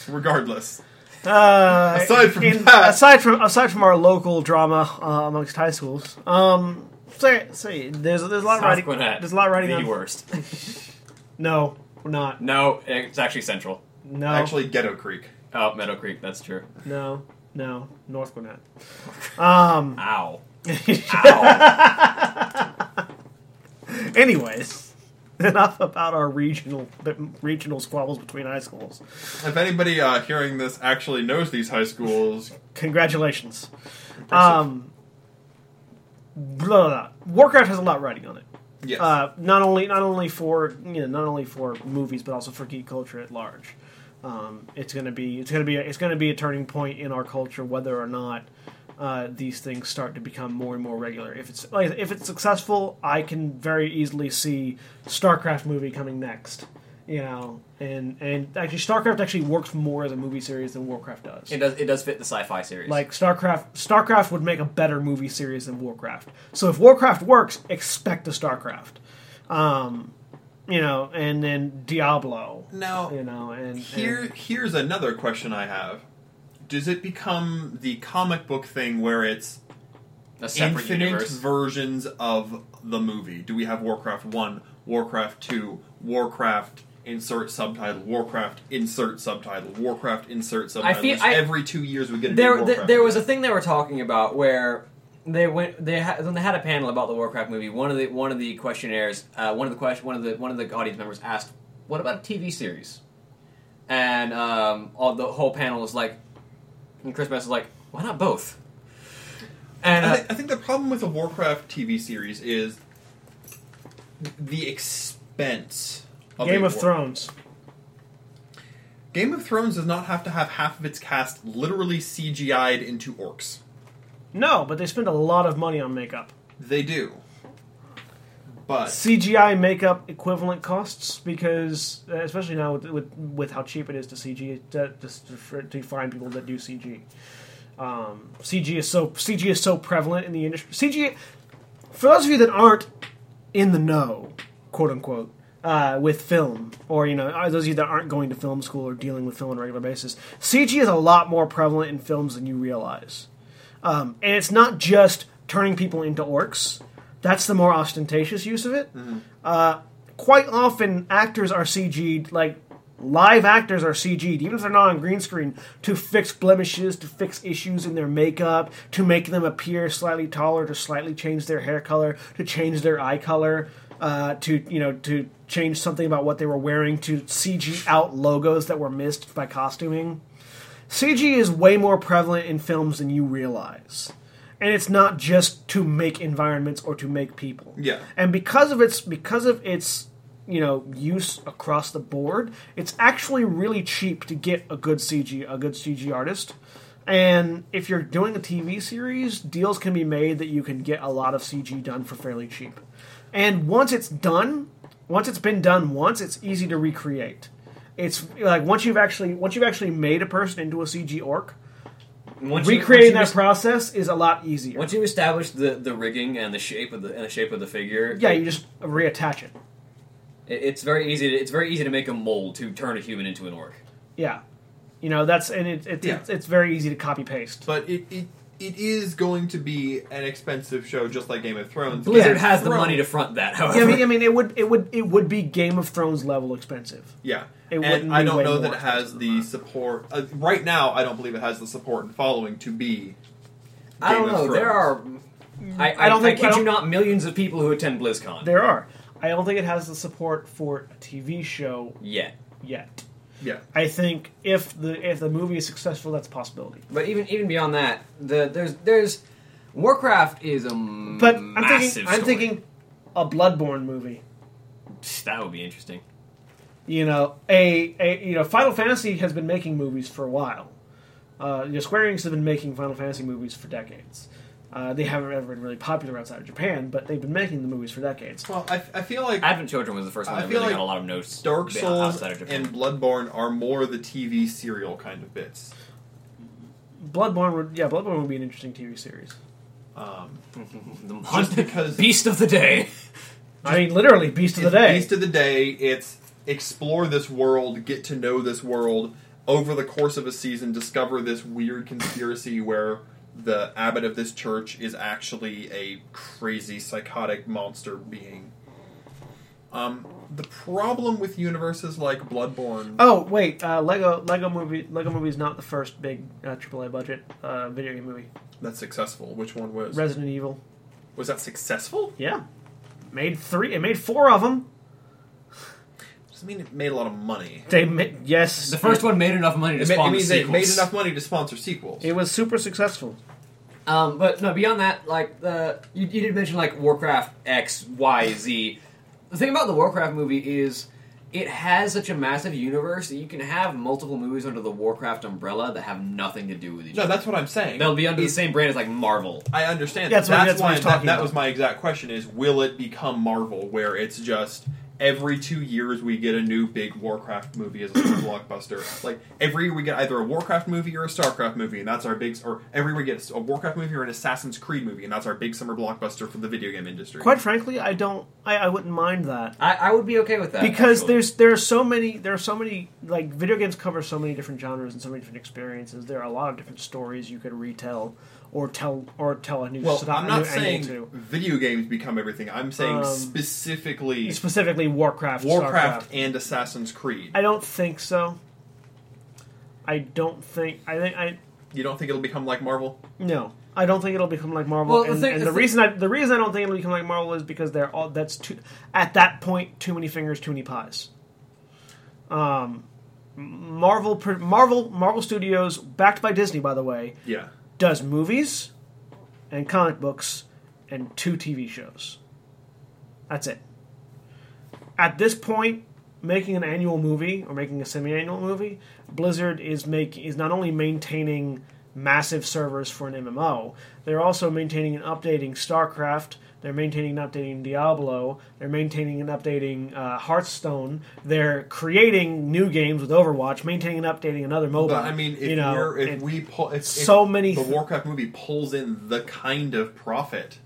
S2: Regardless.
S1: Uh,
S2: Aside from that-
S1: aside from aside from our local drama uh, amongst high schools, um, say say there's there's a lot of
S4: South
S1: writing.
S4: Gwinnett.
S1: There's a lot of writing
S4: The
S1: on.
S4: worst.
S1: No, we're not.
S4: no, it's actually Central.
S1: No,
S2: Actually, Ghetto Creek.
S4: Oh, Meadow Creek. That's true.
S1: no, no. North Gwinnett. Um.
S4: Ow. Ow.
S1: anyways, enough about our regional regional squabbles between high schools.
S2: If anybody uh, hearing this actually knows these high schools,
S1: Um, Congratulations.
S2: impressive.
S1: Um, blah, blah, blah. Warcraft has a lot riding on it.
S2: yes.
S1: Uh, not only not only for you know not only for movies but also for geek culture at large. Um, it's gonna be it's gonna be a, it's gonna be a turning point in our culture whether or not uh, these things start to become more and more regular. If it's like if it's successful, I can very easily see StarCraft movie coming next. You know, and and actually StarCraft actually works more as a movie series than Warcraft does.
S4: it does. It does fit the sci-fi series.
S1: Like StarCraft, StarCraft would make a better movie series than Warcraft. So if Warcraft works, expect a StarCraft. Um, you know, and then Diablo.
S2: Now,
S1: you know, and
S2: Here,
S1: and-
S2: here's another question I have: Does it become the comic book thing where it's
S4: A separate
S2: infinite
S4: universe.
S2: versions of the movie? Do we have Warcraft One, Warcraft Two, Warcraft insert subtitle, Warcraft insert subtitle, Warcraft insert subtitle?
S3: feel-
S2: Just
S3: I-
S2: every two years we get a new
S3: there,
S2: Warcraft.
S3: th- there was a
S2: movie.
S3: thing they were talking about where they went they had when they had a panel about the Warcraft movie. One of the one of the questionnaires, uh, one of the question, one of the one of the audience members asked, "What about a TV series?" And um, all the whole panel was like, and Chris Best was like, "Why not both?" And
S2: I,
S3: uh,
S2: thi- I think the problem with the Warcraft TV series is the expense. Of
S1: Game
S2: a
S1: of
S2: war-
S1: Thrones.
S2: Game of Thrones does not have to have half of its cast literally CGI'd into orcs.
S1: No, but they spend a lot of money on makeup.
S2: They do. But
S1: CGI makeup equivalent costs because uh, especially now with, with with how cheap it is to CG to, to, for- to find people that do CG. Um, CG is so CG is so prevalent in the industry. CG for those of you that aren't in the know, quote unquote, uh, with film, or you know, uh, those of you that aren't going to film school or dealing with film on a regular basis, CG is a lot more prevalent in films than you realize. Um, and it's not just turning people into orcs. That's the more ostentatious use of it. Uh, quite often, actors are CG'd, like live actors are CG'd, even if they're not on green screen, to fix blemishes, to fix issues in their makeup, to make them appear slightly taller, to slightly change their hair color, to change their eye color, uh, to you know, to change something about what they were wearing, to CG out logos that were missed by costuming. CG is way more prevalent in films than you realize. And it's not just to make environments or to make people.
S2: Yeah.
S1: And because of its because of its you know use across the board, it's actually really cheap to get a good CG a good CG artist. And if you're doing a TV series, deals can be made that you can get a lot of CG done for fairly cheap. And once it's done, once it's been done once, it's easy to recreate. It's like once you've actually once you've actually made a person into a CG orc,
S3: once you-
S1: recreating
S3: once
S1: that
S3: you
S1: process is a lot easier.
S3: Once you establish the, the rigging and the shape of the and the shape of the figure,
S1: yeah, you just reattach it.
S3: it, it's very easy. To, it's very easy to make a mold to turn a human into an orc.
S1: Yeah, you know that's and it, it,
S2: Yeah.
S1: it's it's very easy to copy paste.
S2: but it, it it is going to be an expensive show, just like Game of Thrones.
S3: Blizzard
S1: Yeah.
S3: has the
S2: Thrones-
S3: money to front that. However,
S1: Yeah, I mean, I mean, it would it would it would be Game of Thrones level expensive.
S2: Yeah,
S1: It wouldn't
S2: and I
S1: be
S2: don't
S1: way
S2: know
S1: more
S2: that it has
S1: expensive
S2: the support uh, right now. I don't believe it has the support and following to be.
S3: I don't
S2: Game
S3: know.
S2: of
S3: There are. I, I,
S1: I don't
S3: don't
S1: think-
S3: I
S1: I
S3: kid
S1: don't-
S3: you not, millions of people who attend BlizzCon
S1: There are. I don't think it has the support for a TV show
S3: yet.
S1: yet.
S2: Yeah,
S1: I think if the if the movie is successful, that's a possibility.
S3: But even even beyond that, the there's there's Warcraft is a
S1: But I'm
S3: massive
S1: thinking I'm
S3: story.
S1: thinking a Bloodborne movie.
S3: Psh, that would be interesting.
S1: you know, a, a you know, Final Fantasy has been making movies for a while. Uh, you know, Square Enix has been making Final Fantasy movies for decades. Uh, they haven't ever been really popular outside of Japan, but they've been making the movies for decades.
S2: well, I, I feel like
S3: Advent Children was the first one
S2: I
S3: that
S2: feel
S3: really
S2: like
S3: got a lot of notes.
S2: Dark
S3: beyond-
S2: Souls
S3: outside of Japan.
S2: and Bloodborne are more the TV serial kind of bits.
S1: Bloodborne, would, yeah, Bloodborne would be an interesting TV series.
S2: Um,
S3: the
S2: just because
S3: Beast of the Day.
S1: I mean, literally, Beast of the
S2: it's
S1: Day.
S2: Beast of the day. It's explore this world, get to know this world over the course of a season. Discover this weird conspiracy where the abbot of this church is actually a crazy psychotic monster being. Um, the problem with universes like Bloodborne.
S1: oh wait, uh, Lego Lego movie Lego movie is not the first big uh, AAA budget uh, video game movie.
S2: That's successful. Which one was?
S1: Resident Evil,
S2: was that successful?
S1: yeah, made three. It made four of them.
S2: Doesn't mean it made a lot of money.
S1: They made yes.
S3: The first one made enough money to
S2: It, ma-
S3: spawn
S2: it means
S3: the
S2: they
S3: sequels.
S2: made enough money to sponsor sequels.
S1: It was super successful.
S3: Um, but no, beyond that, like the you, you did mention like Warcraft X, Y, Z. The thing about the Warcraft movie is it has such a massive universe that you can have multiple movies under the Warcraft umbrella that have nothing to do with each
S2: No,
S3: other.
S2: that's what I'm saying.
S3: They'll be under the same brand as like Marvel.
S2: I understand.
S1: That's
S2: That's,
S1: what-
S2: that's,
S1: that's what
S2: why
S1: he's
S2: that,
S1: talking
S2: that
S1: about.
S2: was my exact question: is will it become Marvel, where it's just every two years we get a new big Warcraft movie as a sort of blockbuster. Like every year we get either a Warcraft movie or a StarCraft movie, and that's our big. Or every year we get a Warcraft movie or an Assassin's Creed movie, and that's our big summer blockbuster for the video game industry.
S1: Quite frankly, I don't. I, I wouldn't mind that
S3: I, I would be okay with that
S1: because
S3: actually.
S1: there's there are so many there are so many like video games cover so many different genres and so many different experiences. There are a lot of different stories you could retell or tell or tell a new.
S2: well,
S1: sto-
S2: I'm
S1: a
S2: not
S1: new angle
S2: saying
S1: to.
S2: video games become everything. I'm saying
S1: Um,
S2: specifically
S1: specifically Warcraft. Starcraft.
S2: Warcraft and Assassin's Creed.
S1: I don't think so. I don't think. I think I
S2: you don't think it'll become like Marvel?
S1: no. I don't think it'll become like Marvel.
S3: Well, the
S1: and
S3: thing-
S1: and
S3: the
S1: the
S3: thing-
S1: reason I the reason I don't think it'll become like Marvel is because they're all that's too at that point too many fingers, too many pies. Um, Marvel, pr- Marvel, Marvel Studios, backed by Disney, by the way,
S2: Yeah.
S1: does movies and comic books and two TV shows. That's it. At this point, making an annual movie or making a semi-annual movie, Blizzard is make is not only maintaining massive servers for an MMO, they're also maintaining and updating StarCraft. They're maintaining and updating Diablo. They're maintaining and updating uh, Hearthstone. They're creating new games with Overwatch, maintaining and updating another mobile.
S2: But I mean, if,
S1: you know,
S2: we're, if
S1: and-
S2: we pull, if, if
S1: so many
S2: the
S1: th-
S2: Warcraft movie pulls in the kind of profit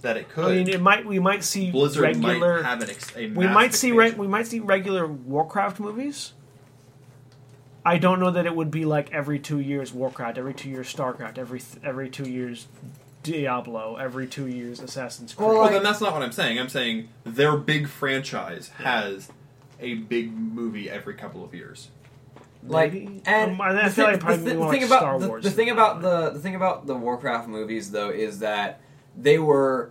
S2: that it could,
S1: I mean, it might we might see
S2: Blizzard
S1: regular
S2: might have an ex- a
S1: we
S2: mass
S1: might see re-
S2: expansion.
S1: we might see regular Warcraft movies. I don't know that it would be like every two years Warcraft, every two years Starcraft, every th- every two years Diablo, every two years Assassin's Creed.
S2: Well,
S3: Well,
S2: then that's not what I'm saying. I'm saying their big franchise has a big movie every couple of years.
S3: like
S1: Maybe.
S3: and
S1: Um, I
S3: the
S1: feel
S3: thi-
S1: like
S3: the
S1: probably more
S3: thi- the
S1: like
S3: thing about
S1: Star
S3: the-
S1: Wars
S3: the
S1: than
S3: thing
S1: that,
S3: about the the thing about the Warcraft movies though is that they were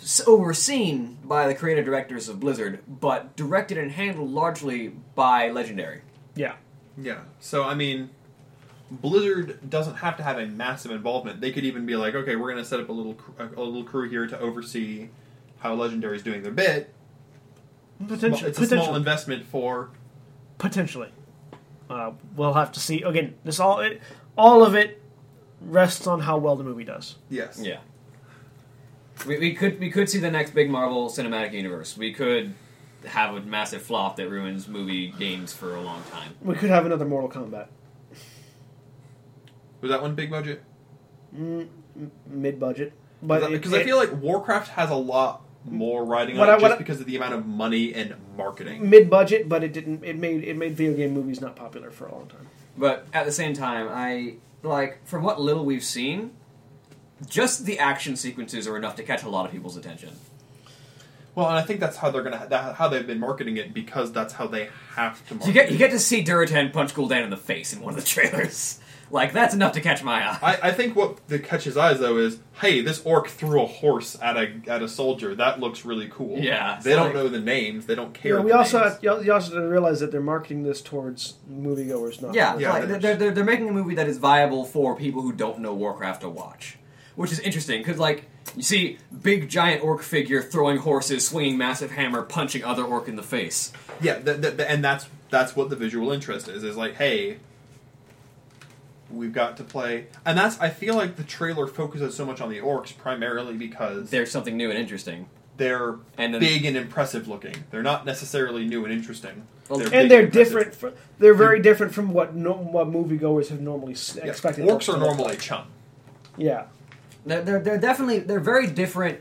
S3: s- overseen by the creative directors of Blizzard, but directed and handled largely by Legendary.
S1: yeah,
S2: Yeah. So I mean, Blizzard doesn't have to have a massive involvement. They could even be like, okay, we're going to set up a little cr- a, a little crew here to oversee how Legendary is doing their bit. Well,
S1: potentially,
S2: It's a small
S1: potentially,
S2: investment for
S1: potentially. Uh, we'll have to see. Again, this all it, all of it rests on how well the movie does.
S2: yes.
S3: Yeah. We, we could we could see the next big Marvel cinematic universe. We could have a massive flop that ruins movie games for a long time.
S1: We could have another Mortal Kombat
S2: Was that one big budget?
S1: mid budget, but
S2: Because I feel like Warcraft has a lot more riding on
S1: What
S2: it
S1: I- Mm.
S2: just
S1: what I-
S2: because of the amount of money and marketing.
S1: mid budget, but it didn't. It made it made video game movies not popular for a long time.
S3: But at the same time, I like from what little we've seen, just the action sequences are enough to catch a lot of people's attention.
S2: Well, and I think that's how they're gonna that, how they've been marketing it because that's how they have to market.
S3: You get
S2: it.
S3: you get to see Duratan punch Gul'dan in the face in one of the trailers. Like that's enough to catch my eye.
S2: I, I think what the catches eyes though is, hey, this orc threw a horse at a at a soldier. That looks really cool.
S3: Yeah,
S2: they
S3: it's
S2: don't
S3: like-
S2: know the names. They don't care.
S1: Yeah, we
S2: the
S1: also
S2: names.
S1: have, you also have to realize that they're marketing this towards moviegoers, not
S3: Yeah,
S2: Yeah,
S3: like
S2: that is.
S3: they're, they're, they're making a movie that is viable for people who don't know Warcraft to watch, which is interesting because like you see big giant orc figure throwing horses, swinging massive hammer, punching other orc in the face.
S2: yeah, the, the, the- and that's that's what the visual interest is. Is like, hey, we've got to play, and that's I feel like the trailer focuses so much on the orcs primarily because
S3: There's something new and interesting.
S2: they're
S3: And then-
S2: big and impressive looking. They're not necessarily new and interesting.
S3: Well,
S2: big
S1: and they're
S2: impressive.
S1: different. Fr- they're very different from what no, what moviegoers have normally s-
S2: Yeah.
S1: expected.
S2: Orcs are
S1: to look
S2: normally
S1: like.
S2: chum.
S1: Yeah,
S3: They're, they're, they're definitely they're very different.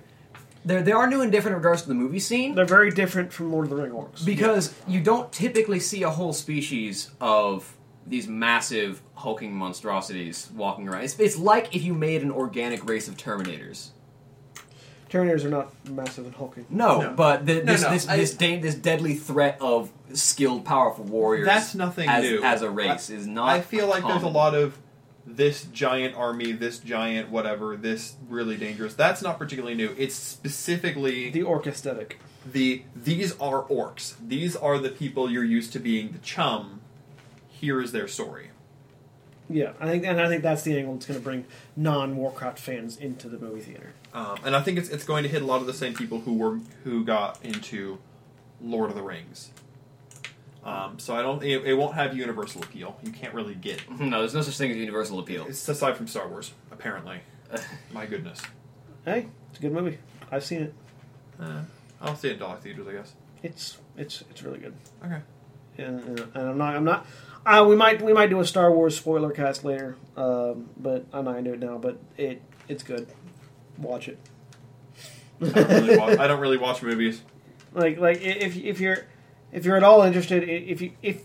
S3: They're, they are new and different in regards to the movie scene.
S1: they're very different from Lord of the Ring orcs.
S3: Because you don't typically see a whole species of these massive hulking monstrosities walking around. It's, it's like if you made an organic race of Terminators.
S1: Terminators are not massive and hulking.
S3: No,
S2: No.
S3: but the,
S2: No,
S3: this
S2: no,
S3: this
S2: I-
S3: this, da- this deadly threat of skilled, powerful warriors.
S2: That's nothing
S3: as,
S2: new
S3: as a race
S2: I,
S3: is not.
S2: I feel like there's a
S3: common.
S2: lot of this giant army, this giant whatever, this really dangerous. That's not particularly new. It's specifically
S1: The orc aesthetic.
S2: the these are orcs. These are the people you're used to being the chum. Here is their story.
S1: Yeah, I think, and I think that's the angle that's going to bring non-Warcraft fans into the movie theater.
S2: Um, and I think it's it's going to hit a lot of the same people who were who got into Lord of the Rings. Um, so I don't. It, it won't have universal appeal. You can't really get.
S3: Hmm, No, there's no such thing as universal appeal.
S2: It's aside from Star Wars, apparently. My goodness.
S1: Hey, it's a good movie. I've seen it.
S2: Uh, I'll see it in dollar theaters, I guess.
S1: It's it's it's really good.
S2: Okay.
S1: And, and and I'm not I'm not. Uh, we might we might do a Star Wars spoiler cast later, um, but I'm not gonna do it now. But it it's good. Watch it.
S2: I don't really watch, I don't really watch movies.
S1: Like like i- if if you're if you're at all interested i- if you if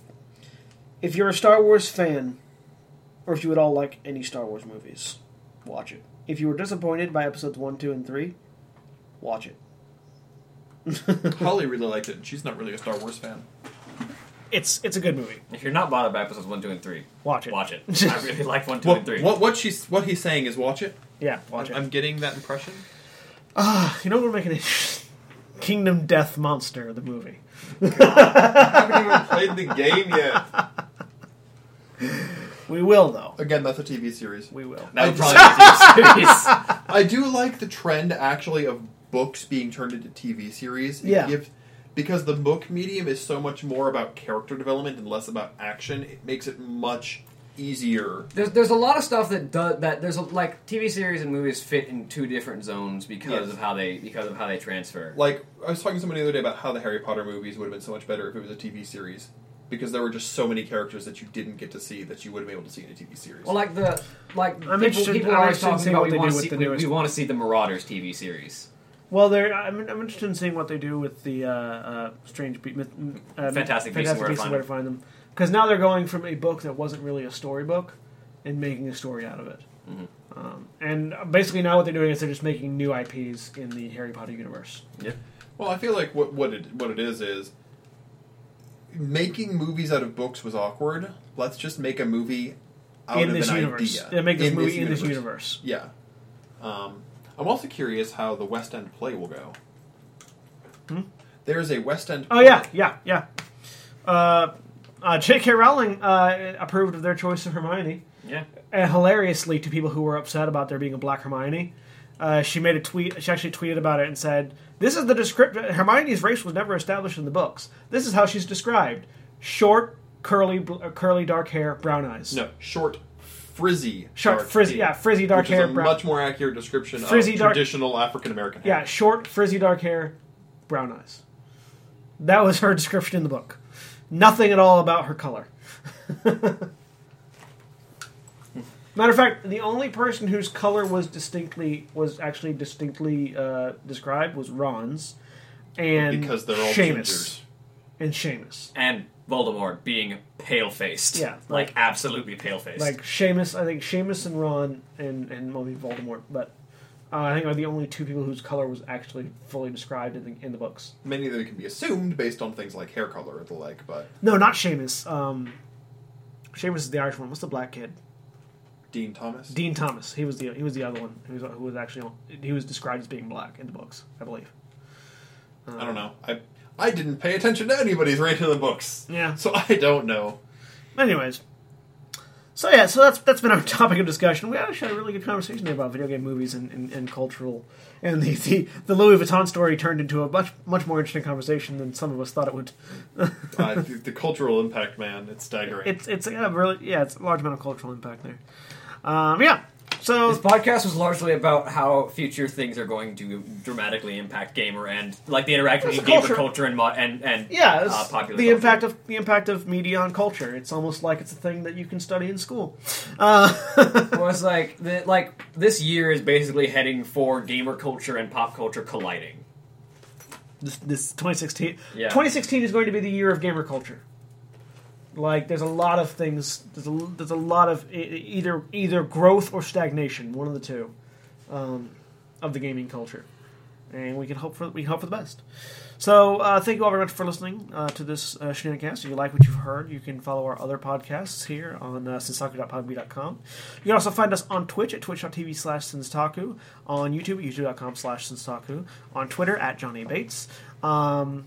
S1: if you're a Star Wars fan, or if you at all like any Star Wars movies, watch it. If you were disappointed by episodes one, two, and three, watch it.
S2: Holly really liked it. and She's not really a Star Wars fan.
S1: it's it's a good movie.
S3: If you're not bothered by episodes one, two, and three,
S1: Watch it.
S3: watch it. I really like one, two,
S2: What,
S3: and three.
S2: what what she's what he's saying is watch it.
S1: Yeah, watch it.
S2: I'm getting that impression.
S1: Ah, you know what we're making? a- Kingdom Death Monster, the movie.
S2: I haven't even played the game yet.
S1: We will though.
S2: Again, that's a TV series.
S1: We will.
S4: That would probably be a series.
S2: I do like the trend actually of books being turned into TV series. It
S1: Yeah.
S2: gives- because the book medium is so much more about character development and less about action, it makes it much easier.
S3: There's, there's a lot of stuff that does that. There's a, like TV series and movies fit in two different zones because
S2: Yes.
S3: of how they because of how they transfer.
S2: Like I was talking to somebody the other day about how the Harry Potter movies would have been so much better if it was a TV series because there were just so many characters that you didn't get to see that you would have been able to see in a TV series.
S3: Well, like the like
S1: I'm
S3: people,
S1: interested-
S3: people
S1: I'm
S3: are always
S1: interested in
S3: talking
S1: seeing
S3: about
S1: what
S3: we
S1: they do
S3: want to
S1: with
S3: see
S1: the
S3: we,
S1: newest-
S3: we want to see the Marauders TV series.
S1: Well, there. I'm, I'm interested in seeing what they do with the uh, uh, strange, be- myth- m- uh,
S3: Fantastic Beasts and
S1: fantastic
S3: Where to Find
S1: where to find them. Because now they're going from a book that wasn't really a storybook and making a story out of it.
S3: Mm-hmm.
S1: Um, and basically now what they're doing is they're just making new IPs in the Harry Potter universe.
S2: Well, I feel like what what it what it is is making movies out of books was awkward. Let's just make a movie out
S1: in
S2: of
S1: this
S2: an
S1: universe,
S2: idea.
S1: they make this movie in this universe.
S2: Yeah. Um, I'm also curious how the West End play will go. There's a West End.
S1: Hmm? Oh yeah, yeah, yeah. Uh, uh, J.K. Rowling uh, approved of their choice of Hermione.
S4: Yeah.
S1: And hilariously, to people who were upset about there being a black Hermione, uh, she made a tweet. She actually tweeted about it and said, "This is the description. Hermione's race was never established in the books. This is how she's described: short, curly, bl- uh, curly dark hair, brown eyes.
S2: No, short, frizzy.
S1: Short,
S2: dark
S1: frizzy-
S2: hair,
S1: yeah, frizzy dark
S2: which
S1: hair,
S2: Is a
S1: brown-
S2: much more accurate description
S1: Frizzy
S2: of
S1: dark-
S2: traditional African American hair.
S1: yeah, short, frizzy dark hair, brown eyes. That was her description in the book. Nothing at all about her color." Matter of fact, the only person whose color was distinctly was actually distinctly uh, described was Ron's, and
S2: because they're all
S1: Seamus
S2: gingers.
S1: and Seamus.
S4: And Voldemort being pale faced.
S1: Yeah,
S4: Like,
S1: like-
S4: absolutely pale faced.
S1: Like Seamus, I think Seamus and Ron and and maybe Voldemort, but uh, I think are the only two people whose color was actually fully described in the in the books.
S2: Many of them can be assumed based on things like hair color or the like, but
S1: No, not Seamus. Um, Seamus is the Irish one. What's the black kid?
S2: Dean Thomas.
S1: Dean Thomas. He was the he was the other one who was, who was actually he was described as being black in the books, I believe.
S2: I don't know. I I didn't pay attention to anybody's rating in the books.
S1: Yeah.
S2: So I don't know.
S1: Anyways, so yeah, so that's that's been our topic of discussion. We actually had a really good conversation there about video game movies and, and, and cultural, and the, the the Louis Vuitton story turned into a much much more interesting conversation than some of us thought it would.
S2: Uh, the, the cultural impact, man, it's staggering.
S1: It's it's a really yeah, it's a large amount of cultural impact there. Um, yeah, so
S4: This podcast was largely about how future things are going to dramatically impact gamer and like the interaction
S1: It's
S4: between
S1: a
S4: gamer
S1: culture.
S4: culture, and mod- and and
S1: yeah,
S4: uh,
S1: it's
S4: popular
S1: the
S4: culture.
S1: impact of the impact of media on culture. It's almost like it's a thing that you can study in school. Uh,
S4: Well, it's like the, like this year is basically heading for gamer culture and pop culture colliding.
S1: this, this 2016
S4: Yeah.
S1: 2016 is going to be the year of gamer culture like there's a lot of things there's a, there's a lot of e- e- either either growth or stagnation one of the two um, of the gaming culture and we can hope for we hope for the best so uh, thank you all very much for listening uh, to this uh, shenanigans if you like what you've heard you can follow our other podcasts here on uh, sensaku.podbean.com you can also find us on Twitch at twitch.tv slash sensaku, on YouTube at youtube.com slash sensaku, on Twitter at Johnny Bates, um,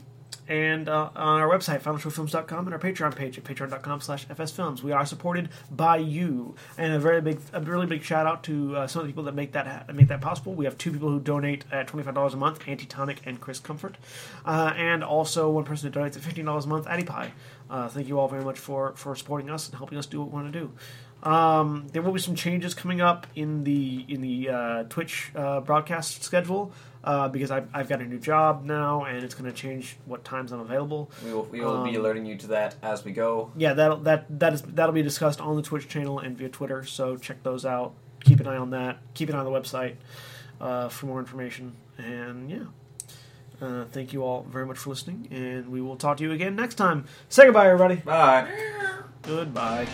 S1: and uh, on our website, financialfilms.com, and our Patreon page at patreon.com slash fsfilms. We are supported by you, and a very big, a really big shout out to uh, some of the people that make that ha- make that possible. We have two people who donate at $25 a month, Antitonic and Chris Comfort, uh, and also one person who donates at $15 a month, Addie Pie. Uh, thank you all very much for, for supporting us and helping us do what we want to do. Um, there will be some changes coming up in the in the uh, Twitch uh, broadcast schedule uh, because I've, I've got a new job now and it's going to change what times I'm available.
S3: We will, we will be
S1: Um,
S3: alerting you to that as we go.
S1: Yeah, that that that is that'll be discussed on the Twitch channel and via Twitter. So check those out. Keep an eye on that. Keep an eye on the website uh, for more information. And yeah, uh, thank you all very much for listening. And we will talk to you again next time. Say goodbye, everybody.
S3: Bye.
S1: Goodbye.